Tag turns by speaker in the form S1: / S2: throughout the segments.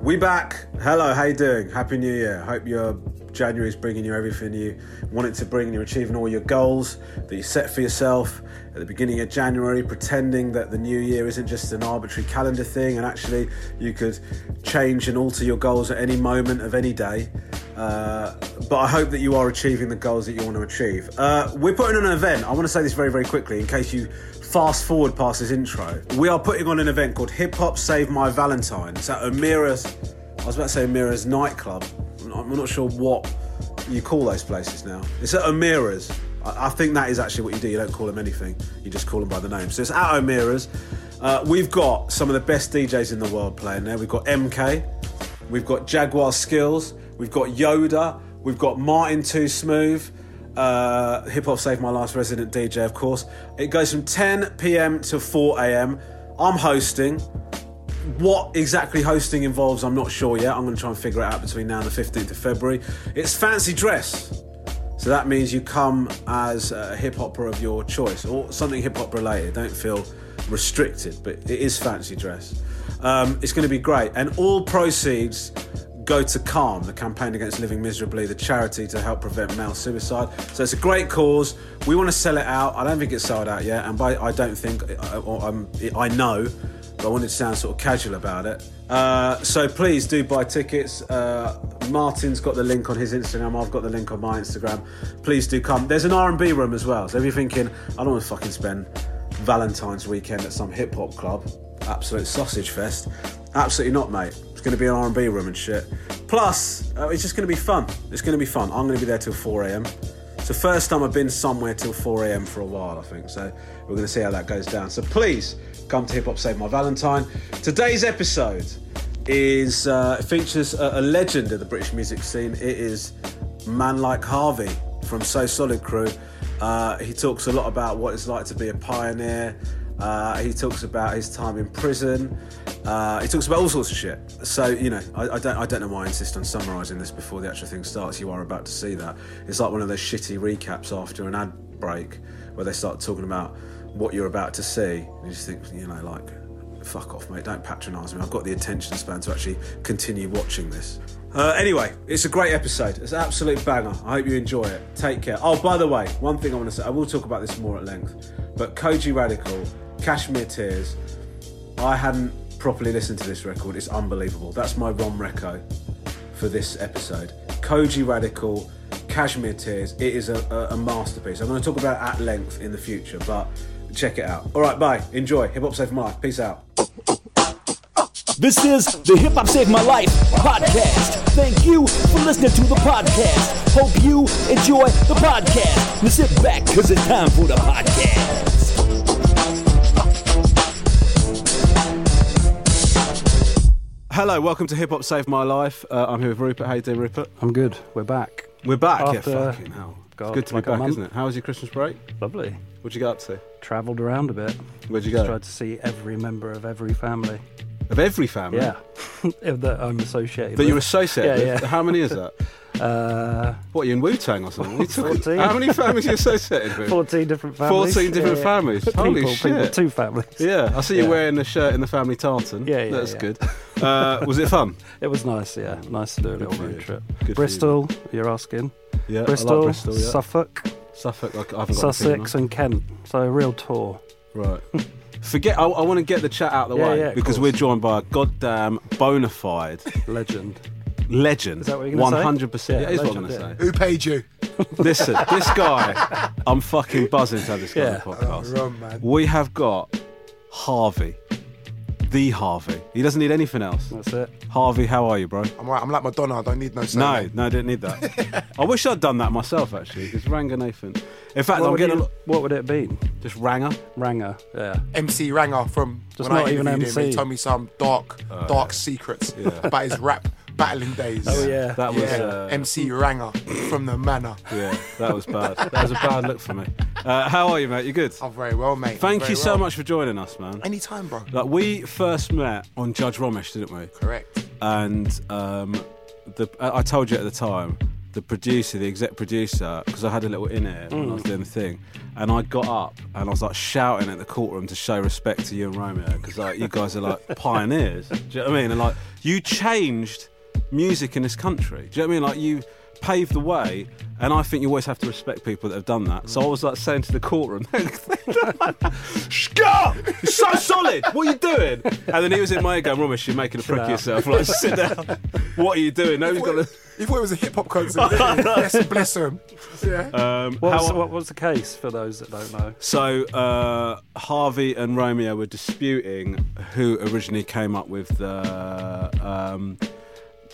S1: We back. Hello, how you doing? Happy New Year. Hope your January's bringing you everything you want it to bring. You're achieving all your goals that you set for yourself at the beginning of January, pretending that the new year isn't just an arbitrary calendar thing and actually you could change and alter your goals at any moment of any day. Uh, but I hope that you are achieving the goals that you want to achieve. Uh, we're putting on an event. I want to say this very, very quickly in case you fast forward past this intro. We are putting on an event called Hip Hop Save My Valentine. It's at Amira's, I was about to say Amira's nightclub. I'm not- I'm not sure what you call those places now. It's at Amira's. I, I think that is actually what you do. You don't call them anything, you just call them by the name. So it's at Amira's. Uh, we've got some of the best DJs in the world playing there. We've got MK, We've got Jaguar Skills. We've got Yoda. We've got Martin Too Smooth. Uh, Hip Hop Saved My Life resident DJ, of course. It goes from 10 p.m. to 4 a.m. I'm hosting. What exactly hosting involves, I'm not sure yet. I'm going to try and figure it out between now and the 15th of February. It's fancy dress. So that means you come as a hip hopper of your choice or something hip hop related. Don't feel restricted, but it is fancy dress. Um, it's going to be great. And all proceeds go to Calm, the campaign against living miserably, the charity to help prevent male suicide. So it's a great cause. We want to sell it out. I don't think it's sold out yet. And by I don't think, I, or I'm, I know, but I wanted to sound sort of casual about it. Uh, so please do buy tickets. Uh, Martin's got the link on his Instagram. I've got the link on my Instagram. Please do come. There's an R&B room as well. So if you're thinking, I don't want to fucking spend Valentine's weekend at some hip hop club, absolute sausage fest. Absolutely not, mate. It's going to be an R&B room and shit. Plus, uh, it's just going to be fun. It's going to be fun. I'm going to be there till 4 a.m. It's the first time I've been somewhere till 4 a.m. for a while, I think. So we're going to see how that goes down. So please come to Hip Hop Save My Valentine. Today's episode is uh, features a, a legend of the British music scene. It is man like Harvey from So Solid Crew. Uh, he talks a lot about what it's like to be a pioneer. Uh, he talks about his time in prison. Uh, he talks about all sorts of shit. So you know, I, I don't, I don't know why I insist on summarising this before the actual thing starts. You are about to see that. It's like one of those shitty recaps after an ad break where they start talking about what you're about to see, and you just think, you know, like, fuck off, mate. Don't patronise me. I've got the attention span to actually continue watching this. Uh, anyway, it's a great episode. It's an absolute banger. I hope you enjoy it. Take care. Oh, by the way, one thing I want to say, I will talk about this more at length, but Koji Radical, Kashmir Tears, I hadn't properly listened to this record. It's unbelievable. That's my Rom Reco for this episode. Koji Radical, Kashmir Tears. It is a, a, a masterpiece. I'm going to talk about it at length in the future, but check it out. All right, bye. Enjoy. Hip Hop Safe My Life. Peace out.
S2: This is the Hip Hop Saved My Life podcast. Thank you for listening to the podcast. Hope you enjoy the podcast. Now sit back because it's time for the podcast.
S1: Hello, welcome to Hip Hop Save My Life. Uh, I'm here with Rupert. How you doing, Rupert?
S3: I'm good. We're back.
S1: We're back. yeah,
S3: After-
S1: fucking hell. it's
S3: God,
S1: good to
S3: like
S1: be
S3: a
S1: back,
S3: month.
S1: isn't it? How was your Christmas break?
S3: Lovely.
S1: What'd you get up to?
S3: Travelled around a bit.
S1: Where'd you
S3: Just
S1: go?
S3: Tried to see every member of every family.
S1: Of every family
S3: Yeah, Of that I'm associated.
S1: that
S3: with.
S1: you're associated
S3: Yeah,
S1: with.
S3: yeah.
S1: How many is that?
S3: Uh,
S1: What, are you in Wu Tang or something? What are you talking-
S3: 14.
S1: How many families are you associated with?
S3: 14 different families.
S1: 14 different
S3: Yeah, yeah.
S1: families.
S3: People,
S1: Holy
S3: people,
S1: shit.
S3: two families.
S1: Yeah, I see you
S3: Yeah.
S1: wearing a shirt in the family tartan.
S3: Yeah, yeah,
S1: That's
S3: yeah.
S1: good. Uh, was it fun?
S3: It was nice. Yeah, nice to do a little
S1: for you.
S3: road trip.
S1: Good for you.
S3: Bristol, you. are asking.
S1: Yeah,
S3: Bristol,
S1: I like Bristol. Yeah.
S3: Suffolk,
S1: Suffolk, like, I haven't got a team,
S3: Sussex, and Kent. So a real tour.
S1: Right. Forget. I, I want to get the chat out of the
S3: Yeah,
S1: way
S3: yeah, of
S1: because
S3: course.
S1: we're joined by a goddamn bona fide
S3: Legend.
S1: legend.
S3: Is that what you're gonna say?
S1: 100%.
S3: Yeah,
S1: it is what I'm
S3: legend,
S1: going to
S3: yeah.
S1: say.
S4: Who paid you?
S1: Listen, this guy, I'm fucking buzzing to have this guy
S3: Yeah.
S1: on the podcast.
S4: Wrong man.
S1: We have got Harvey the Harvey. He doesn't need anything else.
S3: That's it.
S1: Harvey, how are you, bro?
S4: I'm right. I'm like Madonna. I don't need no.
S1: No,
S4: surname.
S1: no, I didn't need that. I wish I'd done that myself, actually, because Ranganathan. In fact,
S3: What
S1: I'm
S3: would,
S1: getting a
S3: you-
S1: lot.
S3: what would it be?
S1: Just Ranger.
S3: Ranger. Yeah.
S4: MC Ranger from
S3: Just
S4: when I
S3: not even
S4: interviewed him.
S3: MC.
S4: He told me some dark,
S1: Oh,
S4: dark secrets about his rap battling days.
S3: Oh, yeah.
S1: That was.
S4: Yeah,
S1: Uh,
S4: MC Ranger from the Manor.
S1: yeah, that was bad. That was a bad look for me. Uh, how are you, mate? You good?
S4: Oh, very well, mate.
S1: Thank
S4: Very
S1: you so
S4: well.
S1: much for joining us, man.
S4: Anytime, bro.
S1: Like we first met on Judge Romish, didn't we?
S4: Correct.
S1: and um, the I I told you at the time the producer, the exec producer, because I had a little in it when I was doing the thing, and I got up and I was like shouting at the courtroom to show respect to you and Romeo because like you guys are like pioneers. Do you know what I mean? And like you changed music in this country. Do you know what I mean? Like you paved the way. And I think you always have to respect people that have done that. So I was like saying to the courtroom, Scar! You're so solid! What are you doing? And then he was in my ear going, Romish, you're making a prick of yourself. Like, sit down. What are you doing? Nobody's got to.
S4: You thought it was a hip hop concert. didn't you? bless, bless him. Uh, Yeah.
S1: Um,
S3: What was,
S1: how-
S3: what was the case for those that don't know?
S1: So uh, Harvey and Romeo were disputing who originally came up with the um,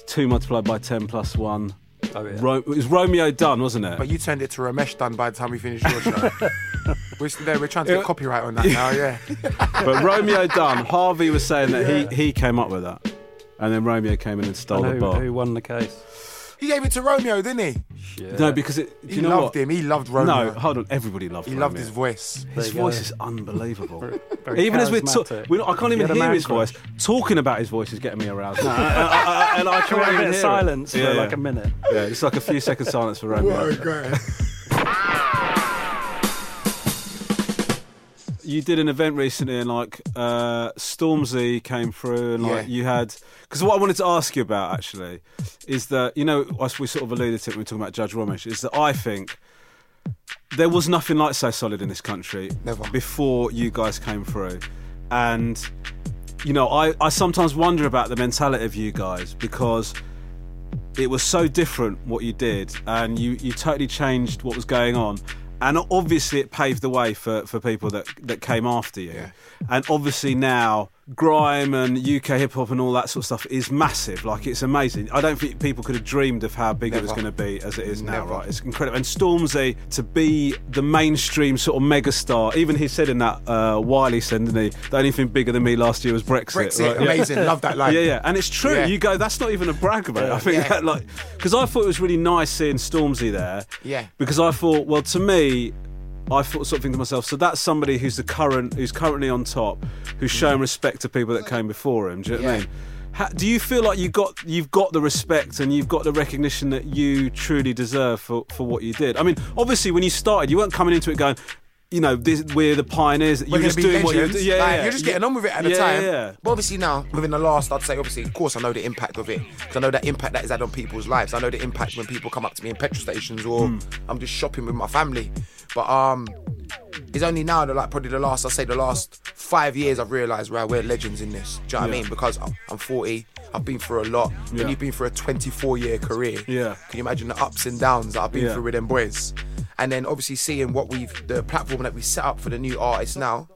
S1: two multiplied by ten plus one.
S3: Oh, yeah.
S1: Ro- it was Romeo Dunn, wasn't it?
S4: but you turned it to Ramesh done by the time we finished your show. we're, still there, we're trying to get copyright on that now. Yeah.
S1: but Romeo Dunn, Harvey was saying that he, he came up with that, and then Romeo came in and stole
S3: And
S1: the
S3: who,
S1: bar.
S3: who won the case?
S4: He gave it to Romeo, didn't he?
S1: No, because it, do
S4: He
S1: you know
S4: loved
S1: what?
S4: him. He loved Romeo.
S1: No, hold on. Everybody loved.
S4: he
S1: Romeo.
S4: loved his voice.
S1: His
S3: There you
S1: voice
S3: go.
S1: is unbelievable.
S3: Very
S1: even as we're, ta-
S3: charismatic.
S1: we're not, I can't
S3: He
S1: even
S3: had a
S1: hear
S3: man
S1: his
S3: crush.
S1: voice. Talking about his voice is getting me aroused. now. and I, I- and I
S3: Can
S1: can't
S3: we have a
S1: even
S3: bit
S1: hear
S3: of
S1: it.
S3: silence for
S1: Yeah,
S3: like
S1: yeah.
S3: a minute?
S1: Yeah, it's like a few second silence for Romeo.
S4: God.
S1: You did an event recently, and like uh, Stormzy came through, and like
S4: Yeah.
S1: you had. Because what I wanted to ask you about actually is that you know as we sort of alluded to it when we were talking about Judge Romish is that I think there was nothing like so solid in this country
S4: Never.
S1: before you guys came through, and you know I I sometimes wonder about the mentality of you guys because. it was so different what you did and you, you totally changed what was going on and obviously it paved the way for, for people that, that came after you and obviously now grime and uk hip-hop and all that sort of stuff is massive like it's amazing i don't think people could have dreamed of how big it was going to be as it is now right it's incredible and stormzy to be the mainstream sort of megastar even he said in that uh, wiley said didn't he the only thing bigger than me last year was brexit
S4: Brexit,
S1: right? Yeah.
S4: amazing. Love that line.
S1: Yeah, yeah, and it's true.
S4: Yeah.
S1: You go, that's not even a brag about. I think
S4: Yeah.
S1: that, like, because I thought it was really nice seeing Stormzy there.
S4: Yeah.
S1: Because I thought, well, to me, I thought sort of think to myself, so that's somebody who's the current, who's currently on top, who's showing respect to people that came before him. Do you know what I
S4: Mm. Yeah.
S1: mean? How, do you feel like you got you've got the respect and you've got the recognition that you truly deserve for, for what you did? I mean, obviously, when you started, you weren't coming into it going, you know, this, we're the pioneers. You
S4: We're
S1: were
S4: gonna
S1: just
S4: be
S1: doing what you
S4: legends.
S1: do. Yeah,
S4: Like,
S1: yeah.
S4: You're just
S1: You-
S4: getting on with it at the
S1: yeah,
S4: time.
S1: Yeah, yeah.
S4: But obviously now, within the last, I'd say obviously, of course, I know the impact of it. 'cause I know that impact that is had on people's lives. I know the impact when people come up to me in petrol stations or
S1: Hmm.
S4: I'm just shopping with my family. But um, it's only now that like probably the last, I'd say the last five years, I've realised right, we're legends in this. Do you know what I mean? Because I'm, I'm 40, I've been through a lot,
S1: Yeah.
S4: and you've been through a 24 year career.
S1: Yeah.
S4: Can you imagine the ups and downs that I've been
S1: Yeah.
S4: through with them boys? And then obviously seeing what we've the platform that we set up for the new artists now,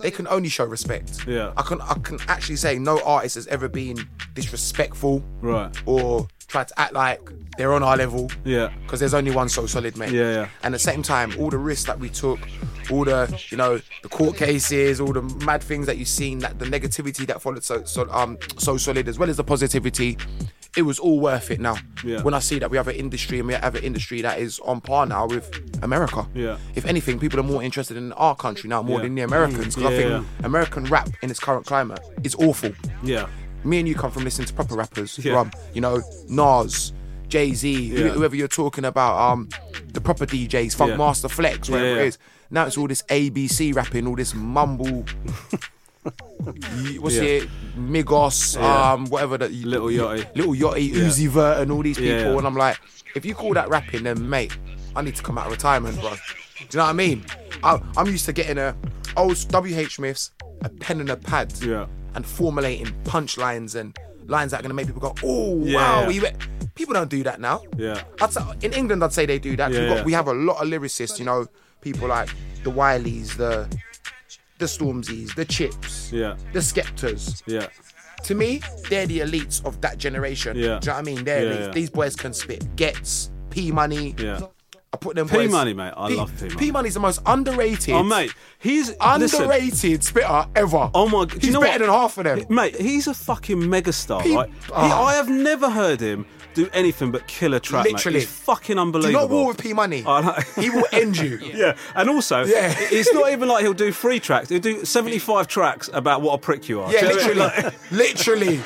S4: they can only show respect.
S1: Yeah.
S4: I can I can actually say no artist has ever been disrespectful
S1: Right.
S4: or tried to act like they're on our level.
S1: Yeah.
S4: Because there's only one so solid, mate.
S1: Yeah, yeah.
S4: And at the same time, all the risks that we took, all the you know the court cases, all the mad things that you've seen, that the negativity that followed so, so um so solid, as well as the positivity, it was all worth it. Now,
S1: Yeah.
S4: when I see that we have an industry and we have an industry that is on par now with America.
S1: Yeah.
S4: If anything, people are more interested in our country now more
S1: Yeah.
S4: than the Americans because
S1: Yeah,
S4: I think
S1: yeah.
S4: American rap in its current climate is awful
S1: Yeah.
S4: me and you come from listening to proper rappers
S1: Yeah.
S4: from you know Nas, Jay Z,
S1: Yeah.
S4: whoever you're talking about, um, the proper DJs, Funk
S1: Yeah.
S4: Master Flex, whatever
S1: yeah.
S4: it is. Now it's all this ABC rapping, all this mumble. y- What's
S1: Yeah.
S4: it? Migos,
S1: Yeah.
S4: um, whatever that you-
S1: Little Yachty.
S4: Little Yachty, Uzi Vert, and all these people.
S1: Yeah, yeah.
S4: And I'm like, if you call that rapping, then mate, I need to come out of retirement, bro. Do you know what I mean? I, I'm used to getting a old WH Smiths, a pen and a pad,
S1: Yeah.
S4: and formulating punchlines and lines that are going to make people go, oh,
S1: Yeah,
S4: wow.
S1: yeah.
S4: he went-" People don't do that now.
S1: Yeah.
S4: I'd say, in England, I'd say they do that.
S1: Yeah,
S4: We've got,
S1: yeah.
S4: We have a lot of lyricists, you know, people like the Wileys, the the Stormzies, the Chips,
S1: Yeah.
S4: the Skeptors.
S1: Yeah.
S4: To me, they're the elites of that generation.
S1: Yeah.
S4: Do you know what I mean? They're
S1: Yeah,
S4: elites.
S1: yeah.
S4: These boys can spit. Gets, P Money.
S1: Yeah.
S4: I put them
S1: P
S4: boys-
S1: Money, mate. I love P Money.
S4: P Money's the most underrated.
S1: Oh, mate, he's listen,
S4: Underrated spitter ever.
S1: Oh my! do
S4: He's
S1: you know
S4: better
S1: what?
S4: than half of them.
S1: He- Mate, he's a fucking megastar.
S4: He-
S1: right? He-
S4: Ah.
S1: I have never heard him do anything but kill a trap. mate.
S4: Literally.
S1: he's fucking
S4: Do
S1: unbelievable.
S4: not war with P Money.
S1: I know.
S4: he will end you.
S1: Yeah, and also,
S4: Yeah.
S1: it's not even like he'll do three tracks. He'll do seventy-five tracks about what a prick you are.
S4: Yeah,
S1: Do you know what I mean?
S4: literally.
S1: Like-
S4: literally.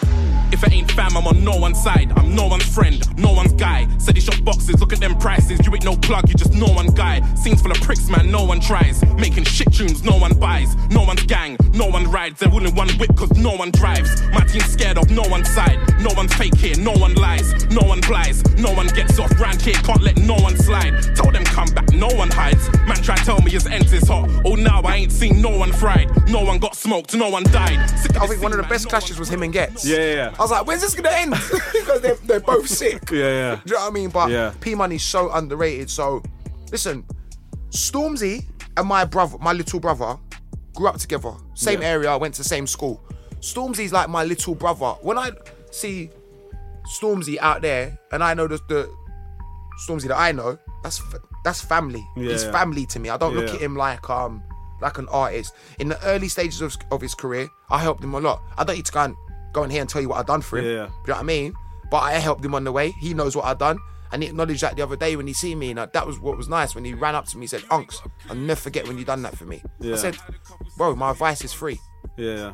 S5: If it ain't fam, I'm on no one's side. I'm no one's friend, no one's guy. Said he shop boxes, look at them prices. You ain't no plug, you just no one guy. Scenes full of pricks, man, no one tries. Making shit tunes, no one buys. No one's gang, no one rides. They're all in one whip, cause no one drives. My team's scared of no one's side. No one's fake here, no one lies. No one flies, no one gets off. Round here, can't let no one slide. Tell them come back, no one hides. Man, try tell me his ends is hot. Oh, now I ain't seen no one fried. No one got smoked, no one died. Sick of
S4: I
S5: this
S4: think
S5: scene,
S4: one of the
S5: man,
S4: best
S5: no
S4: clashes
S5: one-
S4: was him and Gets.
S1: Yeah, yeah, yeah.
S4: I was like, when's this gonna end? because they're, they're both sick.
S1: Yeah, yeah.
S4: Do you know what I mean? But
S1: Yeah.
S4: P Money's so underrated. So, listen, Stormzy and my brother, my little brother, grew up together. Same
S1: Yeah.
S4: area. I went to same school. Stormzy's like my little brother. When I see Stormzy out there, and I know the, the Stormzy that I know, that's f- that's family.
S1: Yeah,
S4: He's
S1: yeah.
S4: family to me. I don't look
S1: Yeah.
S4: at him like um like an artist. In the early stages of, of his career, I helped him a lot. I don't need to go and go in here and tell you what I've done for him.
S1: Yeah.
S4: Do you know what I mean? But I helped him on the way. He knows what I've done. And he acknowledged that the other day when he seen me. And I- that was what was nice when he ran up to me and said, Unks, I'll never forget when you done that for me.
S1: Yeah.
S4: I said, Bro, my advice is free.
S1: yeah,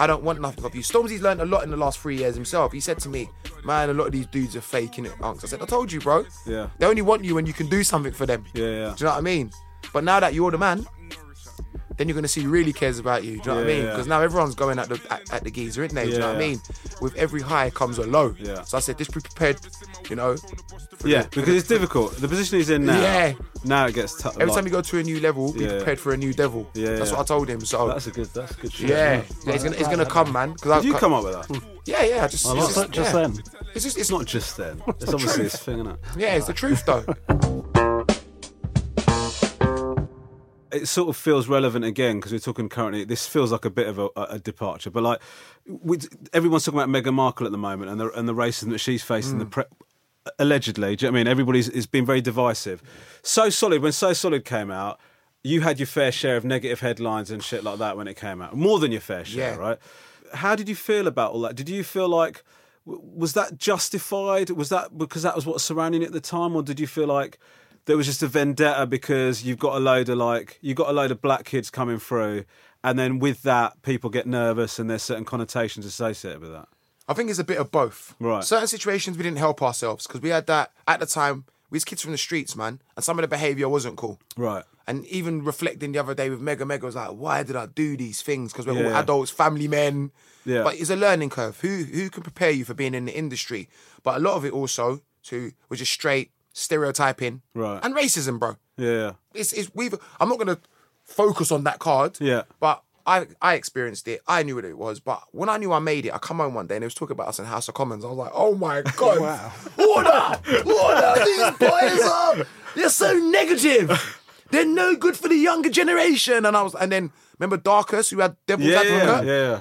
S4: I don't want nothing of you. Stormzy's learned a lot in the last three years himself. He said to me, Man, a lot of these dudes are faking it, unks. I said, I told you, bro.
S1: Yeah.
S4: They only want you when you can do something for them.
S1: Yeah, yeah.
S4: Do you know what I mean? But now that you're the man, then you're gonna see who really cares about you. Do you know what I
S1: Yeah,
S4: mean?
S1: yeah.
S4: Because now everyone's going at the at, at the geezer, isn't they? Do you know what I
S1: Yeah, yeah.
S4: mean? With every high comes a low.
S1: Yeah.
S4: So I said, just be prepared, you know. for
S1: yeah.
S4: the-
S1: Because it's difficult. The position he's in now.
S4: Yeah.
S1: Now it gets tough.
S4: every time you go to a new level, be
S1: Yeah, yeah.
S4: prepared for a new devil.
S1: Yeah,
S4: That's
S1: yeah.
S4: what I told him. So
S1: That's a good. That's good. Shit,
S4: yeah, yeah, it's gonna it's gonna come, man. Cause
S1: Did you come up with that?
S4: Yeah, yeah. I Just, it's
S3: Just,
S4: just,
S3: just
S4: yeah.
S3: then.
S4: It's just
S1: It's not just then. It's obviously this thing, isn't it?
S4: Yeah, it's the truth though.
S1: it sort of feels relevant again because we're talking currently. This feels like a bit of a, a a departure, but like we, everyone's talking about Meghan Markle at the moment and the and the racism that she's facing. The pre- allegedly, do you know what I mean? Everybody's has been very divisive. So solid when So Solid came out, you had your fair share of negative headlines and shit like that when it came out, more than your fair share,
S4: Yeah.
S1: right? How did you feel about all that? Did you feel like w- was that justified? Was that because that was what was surrounding it at the time, or did you feel like there was just a vendetta because you've got a load of like you've got a load of black kids coming through, and then with that people get nervous and there's certain connotations associated with that.
S4: I think it's a bit of both.
S1: Right.
S4: Certain situations we didn't help ourselves because we had that at the time. We was kids from the streets, man, and some of the behaviour wasn't cool.
S1: Right.
S4: And even reflecting the other day with Mega Mega was like, why did I do these things? Because we're all
S1: Yeah.
S4: adults, family men.
S1: Yeah.
S4: But it's a learning curve. Who who can prepare you for being in the industry? But a lot of it also too was just straight stereotyping
S1: Right.
S4: and racism, bro.
S1: Yeah.
S4: it's, it's we've I'm not gonna focus on that card.
S1: Yeah.
S4: But I I experienced it. I knew what it was. But when I knew I made it, I come home one day and it was talking about us in House of Commons. I was like, oh my god. wow. Order! Order! These boys are they're so negative. They're no good for the younger generation. And I was and then remember Darkus who had Devil's
S1: Yeah.
S4: Advocate?
S1: Yeah. yeah.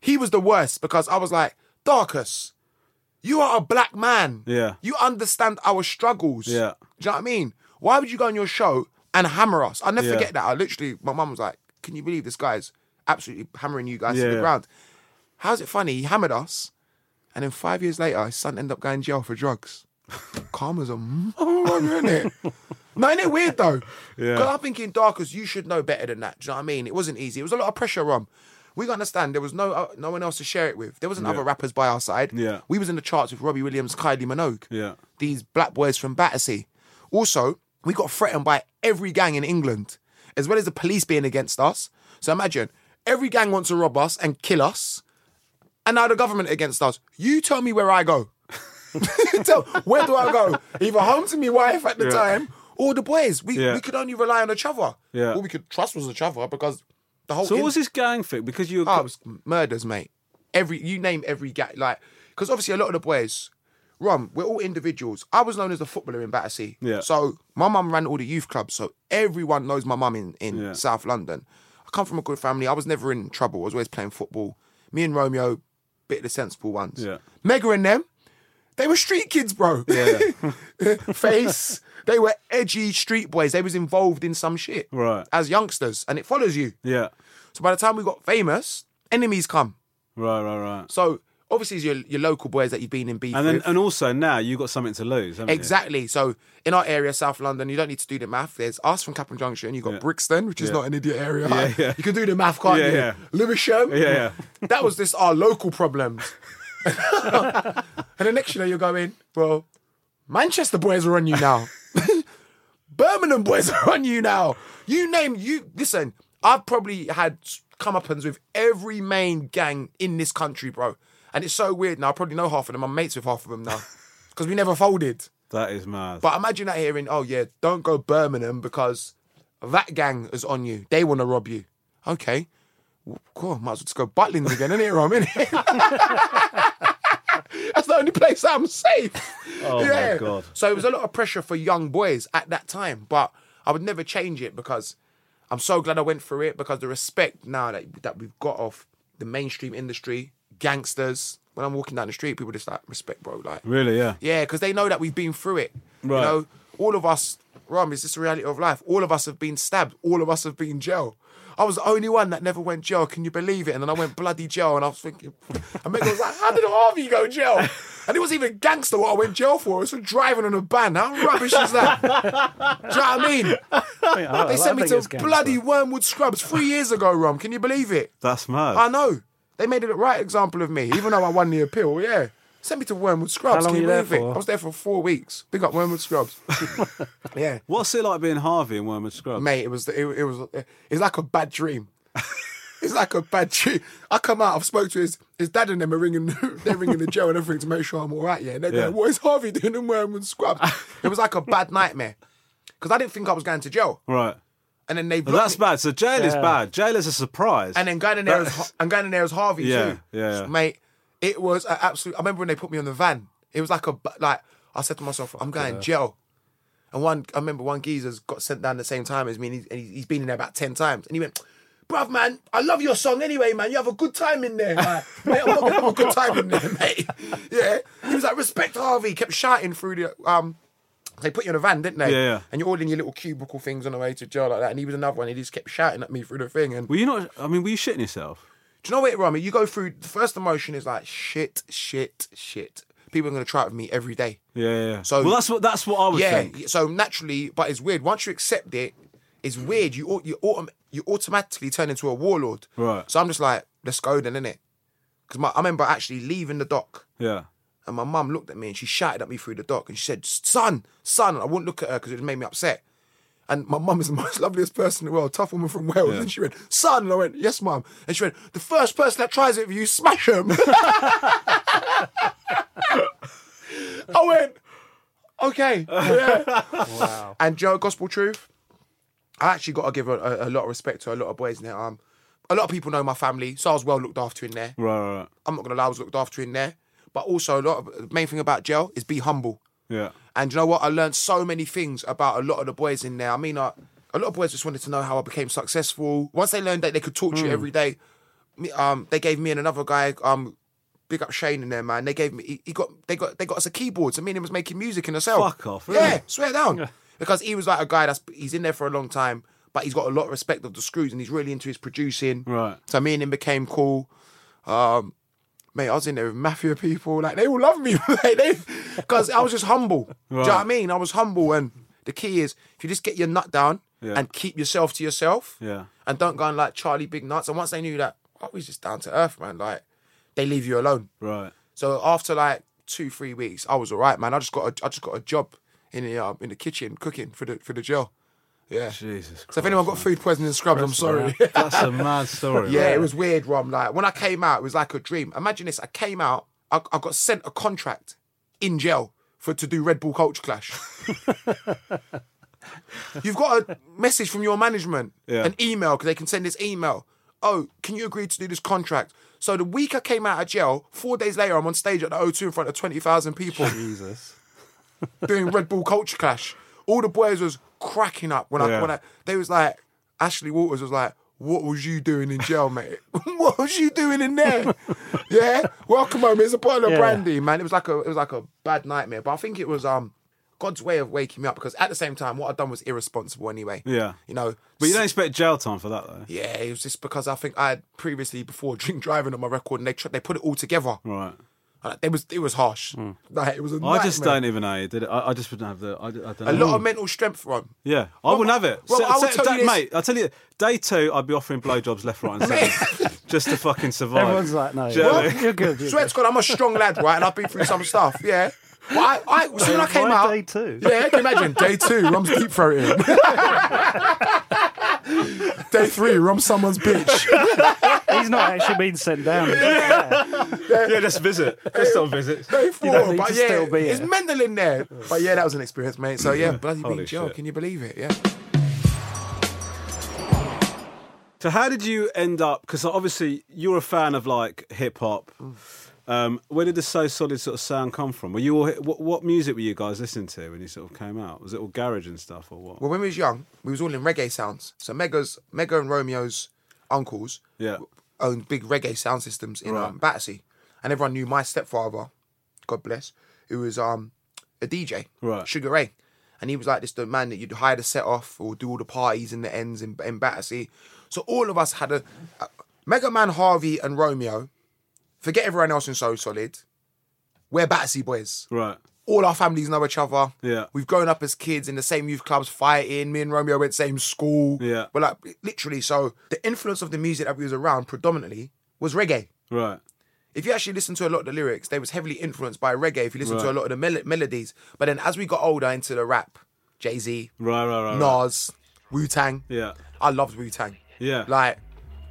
S4: he was the worst because I was like, Darkus, you are a black man.
S1: Yeah.
S4: You understand our struggles.
S1: Yeah.
S4: Do you know what I mean? Why would you go on your show and hammer us? I'll never
S1: Yeah.
S4: forget that. I literally, my mum was like, Can you believe this guy's absolutely hammering you guys to
S1: Yeah.
S4: the ground? How's it funny? He hammered us, and then five years later, his son ended up going to jail for drugs. Karma's a motherfucker, isn't it? No, ain't it weird though?
S1: Yeah.
S4: Because I'm thinking, Darkers, you should know better than that. Do you know what I mean? It wasn't easy. It was a lot of pressure on. We gotta understand there was no uh, no one else to share it with. There wasn't other rappers by our side.
S1: Yeah.
S4: We was in the charts with Robbie Williams, Kylie Minogue.
S1: Yeah.
S4: These black boys from Battersea. Also, we got threatened by every gang in England, as well as the police being against us. So imagine every gang wants to rob us and kill us, and now the government against us. You tell me where I go. Tell- where do I go? Either home to me wife at the
S1: Yeah.
S4: time or the boys. We
S1: Yeah.
S4: we could only rely on each other.
S1: Yeah.
S4: All we could trust was each other because the whole
S1: So
S4: in-
S1: what was this gang thing? Because you were
S4: Oh, it was murders, mate. Every you name every guy, like because obviously a lot of the boys, Rom, we're all individuals. I was known as the footballer in Battersea.
S1: Yeah.
S4: So my mum ran all the youth clubs, so everyone knows my mum in in
S1: Yeah.
S4: South London. I come from a good family. I was never in trouble. I was always playing football. Me and Romeo, bit of the sensible ones.
S1: Yeah.
S4: Mega and them, they were street kids, bro. Face. They were edgy street boys. They was involved in some shit.
S1: Right.
S4: As youngsters. And it follows you.
S1: Yeah.
S4: So by the time we got famous, enemies come.
S1: Right, right, right.
S4: So obviously it's your your local boys that you've been in beef
S1: And then
S4: with.
S1: and also now you've got something to lose, haven't you?
S4: Exactly. So in our area, South London, you don't need to do the math. There's us from Clapham Junction. You got Brixton, which is not an idiot area.
S1: Yeah, yeah.
S4: You can do the math, can't
S1: Yeah,
S4: you?
S1: yeah.
S4: Lewisham.
S1: Yeah, yeah.
S4: That was just our local problems. and the next you know, you're going, well, Manchester boys are on you now. Birmingham boys are on you now. You name you. Listen, I've probably had come comeuppance with every main gang in this country, bro. And it's so weird now. I probably know half of them. I'm mates with half of them now because we never folded.
S1: That is mad.
S4: But imagine that hearing, oh yeah, don't go Birmingham because that gang is on you. They want to rob you. Okay. W- Cool. Might as well just go Butlins again, innit, Rom? Innit? That's the only place I'm safe.
S1: Oh, my God.
S4: So it was a lot of pressure for young boys at that time, but I would never change it because I'm so glad I went through it because the respect now that that we've got off the mainstream industry, gangsters. When I'm walking down the street, people just like respect, bro. Like,
S1: really, yeah.
S4: yeah, because they know that we've been through it.
S1: Right.
S4: You know, all of us, Ram, is this the reality of life? All of us have been stabbed. All of us have been jail. I was the only one that never went jail. Can you believe it? And then I went bloody jail, and I was thinking, and Megan was like, "How did Harvey go jail?" And it wasn't even gangster what I went jail for. It was for driving on a van. How rubbish is that? Do you know what I mean?
S3: I- I
S4: They sent me
S3: think
S4: to
S3: it's gangster.
S4: bloody Wormwood Scrubs three years ago, Rom. Can you believe it?
S1: That's mad.
S4: I know. They made it a right example of me, even though I won the appeal. Yeah. Sent me to Wormwood Scrubs.
S3: How long
S4: Can you
S3: were you there
S4: believe it?
S3: for?
S4: I was there for four weeks. Big up Wormwood Scrubs. yeah.
S1: What's it like being Harvey in Wormwood Scrubs?
S4: Mate, it was it, it was it's like a bad dream. It's like a bad dream. I come out, I've spoke to his his dad and them are ringing they're ringing the jail and everything to make sure I'm all right, yeah. And they're
S1: Yeah.
S4: like, what is Harvey doing in Wormwood Scrubs? it was like a bad nightmare. Because I didn't think I was going to jail.
S1: Right.
S4: And then they
S1: But that's bad. So jail is
S3: Yeah.
S1: bad. Jail is a surprise.
S4: And then going in there,
S1: That-
S4: as, and going in there as Harvey
S1: Yeah,
S4: too.
S1: yeah.
S4: mate. It was a absolute. I remember when they put me on the van. It was like a bu- like. I said to myself, I'm going jail. And one, I remember one geezer's got sent down the same time as me, and he's, and he's been in there about ten times. And he went, "Bruv, man, I love your song anyway, man. You have a good time in there, Like, mate. I'm not gonna have a good time in there, mate. Yeah." He was like, "Respect Harvey." Kept shouting through the um. They put you in a van, didn't they?
S1: Yeah, yeah.
S4: And you're all in your little cubicle things on the way to jail like that. And he was another one. He just kept shouting at me through the thing. And
S1: Were you not? I mean, were you shitting yourself?
S4: do you know what, Rami? You go through the first emotion is like shit, shit, shit. People are gonna try it with me every day.
S1: Yeah, yeah, yeah.
S4: So-
S1: well, that's what that's what I would
S4: Yeah.
S1: think.
S4: So naturally, but it's weird. Once you accept it, it's weird. You au- you autom- you automatically turn into a warlord.
S1: Right.
S4: So I'm just like, let's go then, innit? Because my I remember actually leaving the dock.
S1: Yeah.
S4: And my mum looked at me and she shouted at me through the dock and she said, Son, son. And I wouldn't look at her because it just made me upset. And my mum is the most loveliest person in the world, tough woman from Wales. And she went, Son. And I went, Yes, mum. And she went, The first person that tries it with you, smash him. I went, Okay. Wow. And Joe, gospel truth, I actually got to give a, a, a lot of respect to a lot of boys in there. Um, a lot of people know my family, so I was well looked after in there.
S1: Right, right, right.
S4: I'm not gonna lie, I was looked after in there. But also a lot of the main thing about jail is be humble.
S1: Yeah.
S4: And you know what? I learned so many things about a lot of the boys in there. I mean, I, a lot of boys just wanted to know how I became successful. Once they learned that they could talk
S1: Hmm.
S4: to you every day, me- um, they gave me and another guy, um, big up Shane in there, man. They gave me, he, he got, they got, they got us a keyboard. So me and him was making music in the cell.
S1: Fuck off, really?
S4: Yeah, swear down. Because he was like a guy that's he's in there for a long time, but he's got a lot of respect of the screws and he's really into his producing.
S1: Right.
S4: So me and him became cool. Um, mate, I was in there with mafia people. Like they all love me, because I was just humble. Do you know what I
S1: Right.
S4: mean? I was humble, and the key is if you just get your nut down
S1: Yeah.
S4: and keep yourself to yourself,
S1: Yeah.
S4: and don't go and like Charlie Big Nuts. And once they knew that, oh, he's just down to earth, man. Like they leave you alone.
S1: Right.
S4: So after like two, three weeks, I was all right, man. I just got a, I just got a job in the um, in the kitchen cooking for the for the jail. Yeah.
S1: Jesus. Christ,
S4: So if anyone got
S1: man.
S4: food poisoning in Scrubs, I'm sorry.
S1: that's a mad story.
S4: Yeah,
S1: right?
S4: it was weird, Rom. Like when I came out, it was like a dream. Imagine this: I came out, I, I got sent a contract in jail for to do Red Bull Culture Clash. You've got a message from your management,
S1: Yeah.
S4: an email because they can send this email. Oh, can you agree to do this contract? So the week I came out of jail, four days later, I'm on stage at the O2 in front of twenty thousand people
S3: Jesus.
S4: doing Red Bull Culture Clash. All the boys was cracking up when I
S1: Yeah.
S4: when I they was like Ashley Waters was like, What was you doing in jail, mate? what was you doing in there? yeah, welcome home. It's a bottle of
S3: Yeah.
S4: brandy, man. It was like a it was like a bad nightmare, but I think it was um God's way of waking me up because at the same time, what I'd done was irresponsible anyway.
S1: Yeah.
S4: you know,
S1: But you don't expect jail time for that, though.
S4: yeah, it was just because I think I had previously before drink driving on my record, and they tr- they put it all together.
S1: Right. Mm.
S4: And it was it was harsh. Like it was a
S1: I just
S4: nightmare.
S1: don't even know. how you Did it? I, I just wouldn't have the. I, d- I don't
S4: a
S1: know.
S4: lot of mental strength, Ron.
S1: Yeah, I wouldn't have it.
S4: well,
S1: Se-
S4: I will
S1: se-
S4: tell you
S1: da-
S4: this-
S1: mate. I tell you, day two, I'd be offering blowjobs left, right, and centre just to fucking survive.
S6: Everyone's like, no,
S1: Do you know what I
S6: you're,
S1: mean?
S6: you're good. You're
S4: Swear
S6: good.
S4: to God, I'm a strong lad, right? And I've been through some stuff, yeah. But I, I as soon as I
S3: Why
S4: came out,
S3: day two?
S4: yeah, can you imagine day two, Rum's deep throating. day three, Rum's someone's bitch.
S6: He's not actually been sent down.
S1: yeah, just visit. Just on visits.
S4: Day four,
S6: don't need
S4: but
S6: to
S4: yeah,
S6: still be
S4: it's
S6: here.
S4: Mendel in there. But yeah, that was an experience, mate. So yeah, bloody
S1: Holy
S4: big jail.
S1: shit.
S4: Can you believe it? Yeah.
S1: So, how did you end up? Because obviously, you're a fan of like hip hop. Um, where did the so solid sort of sound come from? Were you all, what, what music were you guys listening to when you sort of came out? Was it all garage and stuff or what?
S4: Well, when we was young, we was all in reggae sounds. So Mega's, Mega and Romeo's uncles
S1: Yeah.
S4: owned big reggae sound systems in um, Battersea, and everyone knew my stepfather, God bless, who was um a DJ,
S1: Right.
S4: Sugar Ray, and he was like this the man that you'd hire the set off or do all the parties in the ends in, in Battersea. So all of us had a, a Mega Man, Harvey, and Romeo. Forget everyone else in So Solid. We're Battersea boys
S1: Right.
S4: all our families know each other.
S1: Yeah.
S4: We've grown up as kids in the same youth clubs, fighting. Me and Romeo went same school.
S1: Yeah.
S4: But like literally, so the influence of the music that we was around predominantly was reggae.
S1: Right.
S4: If you actually listen to a lot of the lyrics, they was heavily influenced by reggae. If you listen to a
S1: Right.
S4: lot of the mel- melodies, but then as we got older into the rap, Jay Z,
S1: Right. Right. Right. right.
S4: Nas, Wu Tang.
S1: Yeah.
S4: I loved Wu Tang.
S1: Yeah.
S4: Like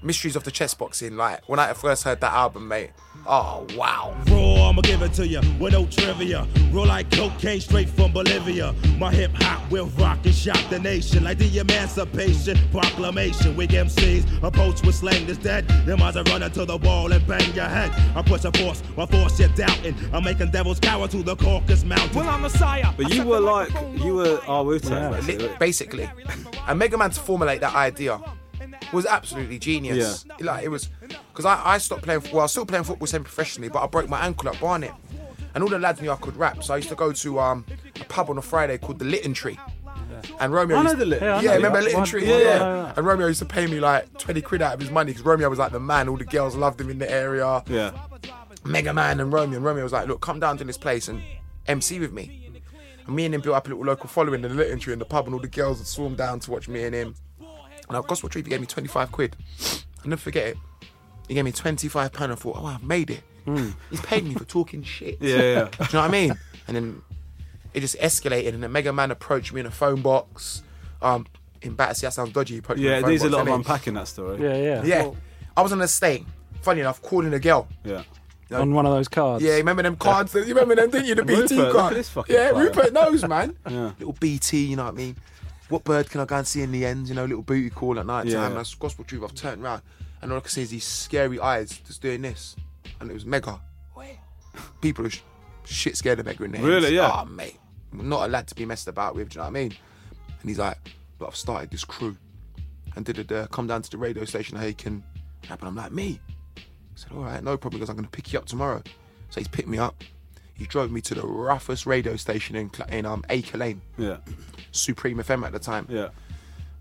S4: Mysteries of the Chess Boxing. Like when I first heard that album, mate. Oh wow.
S7: Raw, I'ma give it to you with no trivia. Roll like cocaine straight from Bolivia. My hip hop will rock and shock the nation like the Emancipation Proclamation. Weak MCs approach with slang that's dead. Them eyes are running to the wall and bang your head. I push a force, I force your doubting. I'm making devils cower to the Caucasus Mountain.
S1: But you were like you were our Wu Tang.
S4: li- basically. And Mega Man to formulate that idea was absolutely genius. Like it was because I, I stopped playing. Well, I was still playing football semi professionally, but I broke my ankle at Barnet, and all the lads knew I could rap. So I used to go to um, a pub on a Friday called the Litten Tree. And Romeo,
S1: I know
S4: used-
S1: the Litten.
S3: Yeah, I
S4: yeah,
S3: know
S4: remember
S3: that
S4: Litten
S3: one.
S4: Tree?
S3: Yeah,
S4: Yeah,
S3: yeah, yeah.
S4: And Romeo used to pay me like twenty quid out of his money because Romeo was like the man. All the girls loved him in the area.
S1: Yeah.
S4: Mega Man and Romeo. And Romeo was like, look, come down to this place and MC with me. And me and him built up a little local following in the literature in the pub, and all the girls would swarm down to watch me and him. And at Gospel Tree, gave me 25 quid. I'll never forget it. He gave me 25 pound. I thought, oh, I've made it. He's paid me for talking shit.
S1: Hmm. Yeah. Yeah.
S4: Do you know what I mean? And then it just escalated, and then Mega Man approached me in a phone box. Um, in Battersea, that sounds dodgy. he approached me in
S1: yeah
S4: phone
S1: there's a
S4: box,
S1: lot of
S4: innit?
S1: unpacking that story.
S6: Yeah, yeah.
S4: Yeah, I was on a state. Funny enough, calling a girl.
S1: Yeah.
S6: On one of those cards.
S4: Yeah, remember them cards? that- You remember them, didn't you? The
S1: Rupert,
S4: BT card.
S1: look at this fucking
S4: yeah,
S1: player.
S4: Rupert knows, man. Little BT, you know what I mean? What bird can I go and see in the end? You know, little booty call at night
S1: Yeah.
S4: time. And that's gospel truth. I've turned around and all I can see is these scary eyes just doing this. And it was mega. People are sh- shit scared of mega in there.
S1: Really? Yeah.
S4: Oh, mate. I'm not a lad to be messed about with, do you know what I mean? And he's like, but I've started this crew. And did it come down to the radio station, hey, can happen? I'm like, me? I said, all right, no problem, because I'm going to pick you up tomorrow. So he's picked me up. He drove me to the roughest radio station in, Cl- in um, Acre Lane,
S1: Yeah.
S4: Supreme FM at the time.
S1: Yeah.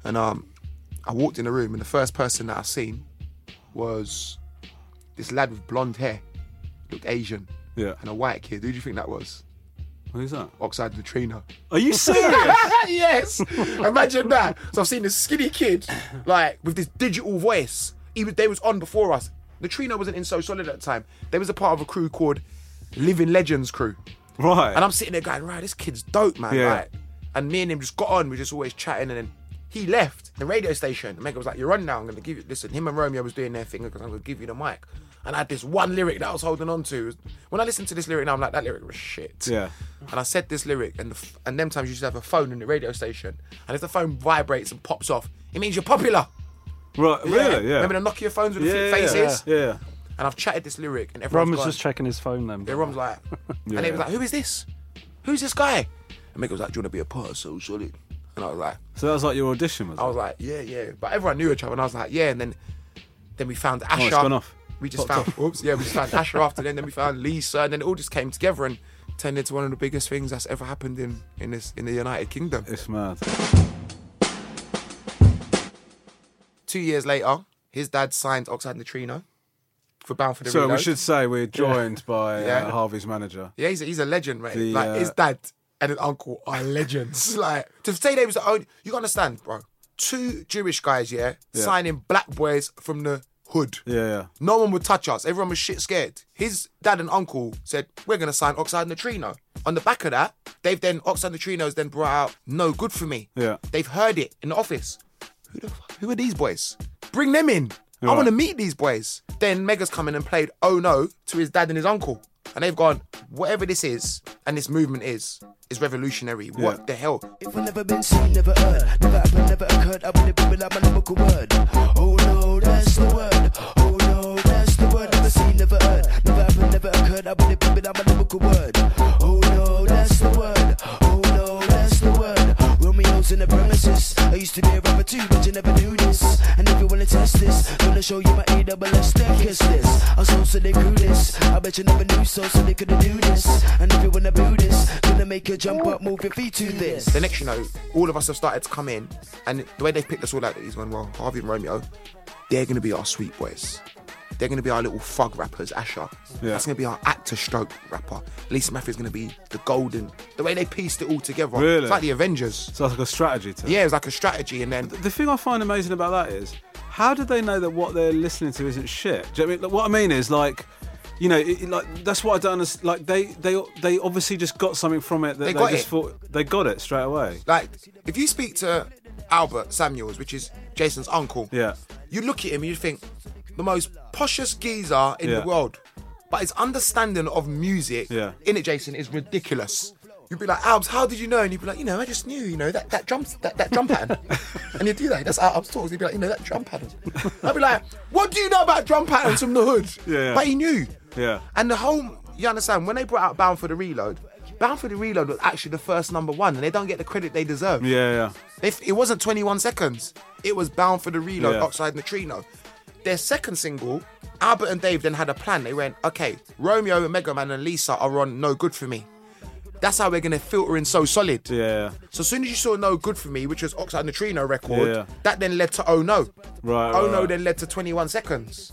S4: And um, I walked in the room, and the first person that I seen was this lad with blonde hair, looked Asian,
S1: Yeah.
S4: and a white kid. Who do you think that was?
S1: Who's that?
S4: Oxide Neutrino.
S1: Are you serious?
S4: yes. Imagine that. So I've seen this skinny kid, like with this digital voice. He was, they was on before us. Neutrino wasn't in So Solid at the time. They was a part of a crew called Living Legends Crew.
S1: right.
S4: And I'm sitting there going, right, this kid's dope, man.
S1: Yeah.
S4: Right. And me and him just got on. We were just always chatting. And then he left the radio station. And Mega was like, you're on now. I'm going to give you, listen, him and Romeo was doing their thing because I'm going to give you the mic. And I had this one lyric that I was holding on to. When I listen to this lyric now, I'm like, that lyric was shit.
S1: Yeah.
S4: And I said this lyric, and the, f- and them times you just have a phone in the radio station. And if the phone vibrates and pops off, it means you're popular.
S1: right. Really? Yeah.
S4: Remember the Nokia phones with the
S1: yeah,
S4: f-
S1: yeah,
S4: faces?
S1: Yeah. yeah.
S4: And I've chatted this lyric, and everyone's
S3: Ron was
S4: gone.
S3: just checking his phone then.
S4: Yeah, Rom's like, and they was like, who is this? Who's this guy? And Mick was like, do you want to be a part of So Solid? And I was like,
S1: So that was like your audition, was it?
S4: I was like, yeah, yeah. But everyone knew each other, and I was like, yeah. And then, then we found Asher.
S1: Oh, it's gone off.
S4: We just
S1: Popped
S4: found, whoops, yeah, we just found Asher after then. Then we found Lisa, and then it all just came together and turned into one of the biggest things that's ever happened in in this in the United Kingdom.
S1: it's mad.
S4: Two years later, his dad signed Oxide Neutrino for Bound for the
S1: So we
S4: Reload.
S1: should say we're joined by uh,
S4: Yeah.
S1: Harvey's manager.
S4: Yeah, he's a, he's a legend, mate.
S1: The,
S4: like
S1: uh,
S4: his dad and his uncle are legends. like to say they was the only you gotta understand, bro. Two Jewish guys, yeah,
S1: Yeah.
S4: signing black boys from the hood.
S1: Yeah, yeah.
S4: No one would touch us. Everyone was shit scared. His dad and uncle said, We're gonna sign Oxide Neutrino. On the back of that, they've then Oxide Neutrino's then brought out No Good For Me.
S1: Yeah.
S4: They've heard it in the office. Who the fuck who are these boys? Bring them in. I
S1: Right.
S4: wanna meet these boys. Then Mega's come in and played Oh No to his dad and his uncle. And they've gone, whatever this is and this movement is, is revolutionary.
S1: Yeah.
S4: What the hell?
S8: If I never been seen, never heard, never happened, never occurred, I wouldn't be like my lyrical word. Oh no, that's the word. Oh no, that's the word. Never seen, never heard, never happened, never occurred, I wouldn't be like my lyrical word. Oh no, that's the word. Oh no, that's the word. Romeo's in the premises. I used to be a rapper too, but you never knew this. And if you wanna test this, gonna show you my A double S then kiss this. I so so they grew this. I bet you never knew so so they couldn't do this. And if you wanna do this, gonna make you jump up, move your feet to this.
S4: The next, you know, all of us have started to come in, and the way they picked us all out, he's going, well, Harvey and Romeo, they're going to be our sweet boys. They're going to be our little fug rappers, Asher.
S1: Yeah.
S4: That's going to be our actor stroke rapper. Lisa Matthews going to be the golden. The way they pieced it all together.
S1: Really?
S4: It's like the Avengers.
S1: So it's like a strategy to it.
S4: Yeah, it was like a strategy, and then
S1: The thing I find amazing about that is, how do they know that what they're listening to isn't shit? Do you know what I mean? Like, What I mean is like. You know, it, it- like that's what I don't understand. Like they, they, they obviously just got something from it that they,
S4: got
S1: just
S4: it.
S1: thought they got it straight away.
S4: Like, if you speak to Albert Samuels, which is Jason's uncle,
S1: Yeah.
S4: you look at him and you think the most poshest geezer in
S1: Yeah.
S4: the world. But his understanding of music
S1: Yeah.
S4: in it, Jason, is ridiculous. You'd be like, Albs, how did you know? And you'd be like, you know, I just knew, you know, that, that drum that, that drum pattern. and you'd do that, that's Albs talks. He'd be like, you know, that drum pattern. I'd be like, what do you know about drum patterns from the hood?
S1: Yeah.
S4: But he knew.
S1: Yeah.
S4: And the whole, you understand, when they brought out Bound for the Reload, Bound for the Reload was actually the first number one, and they don't get the credit they deserve.
S1: Yeah,
S4: If it wasn't 21 seconds, it was Bound for the Reload,
S1: Yeah.
S4: Oxide Neutrino. Their second single, Albert and Dave then had a plan. They went, okay, Romeo and Mega Man and Lisa are on No Good For Me. That's how we're going to filter in So Solid.
S1: yeah, yeah.
S4: So as soon as you saw No Good For Me, which was Oxide Neutrino record,
S1: Yeah.
S4: that then led to Oh No.
S1: Right,
S4: Oh
S1: right,
S4: No
S1: right.
S4: then led to 21 Seconds.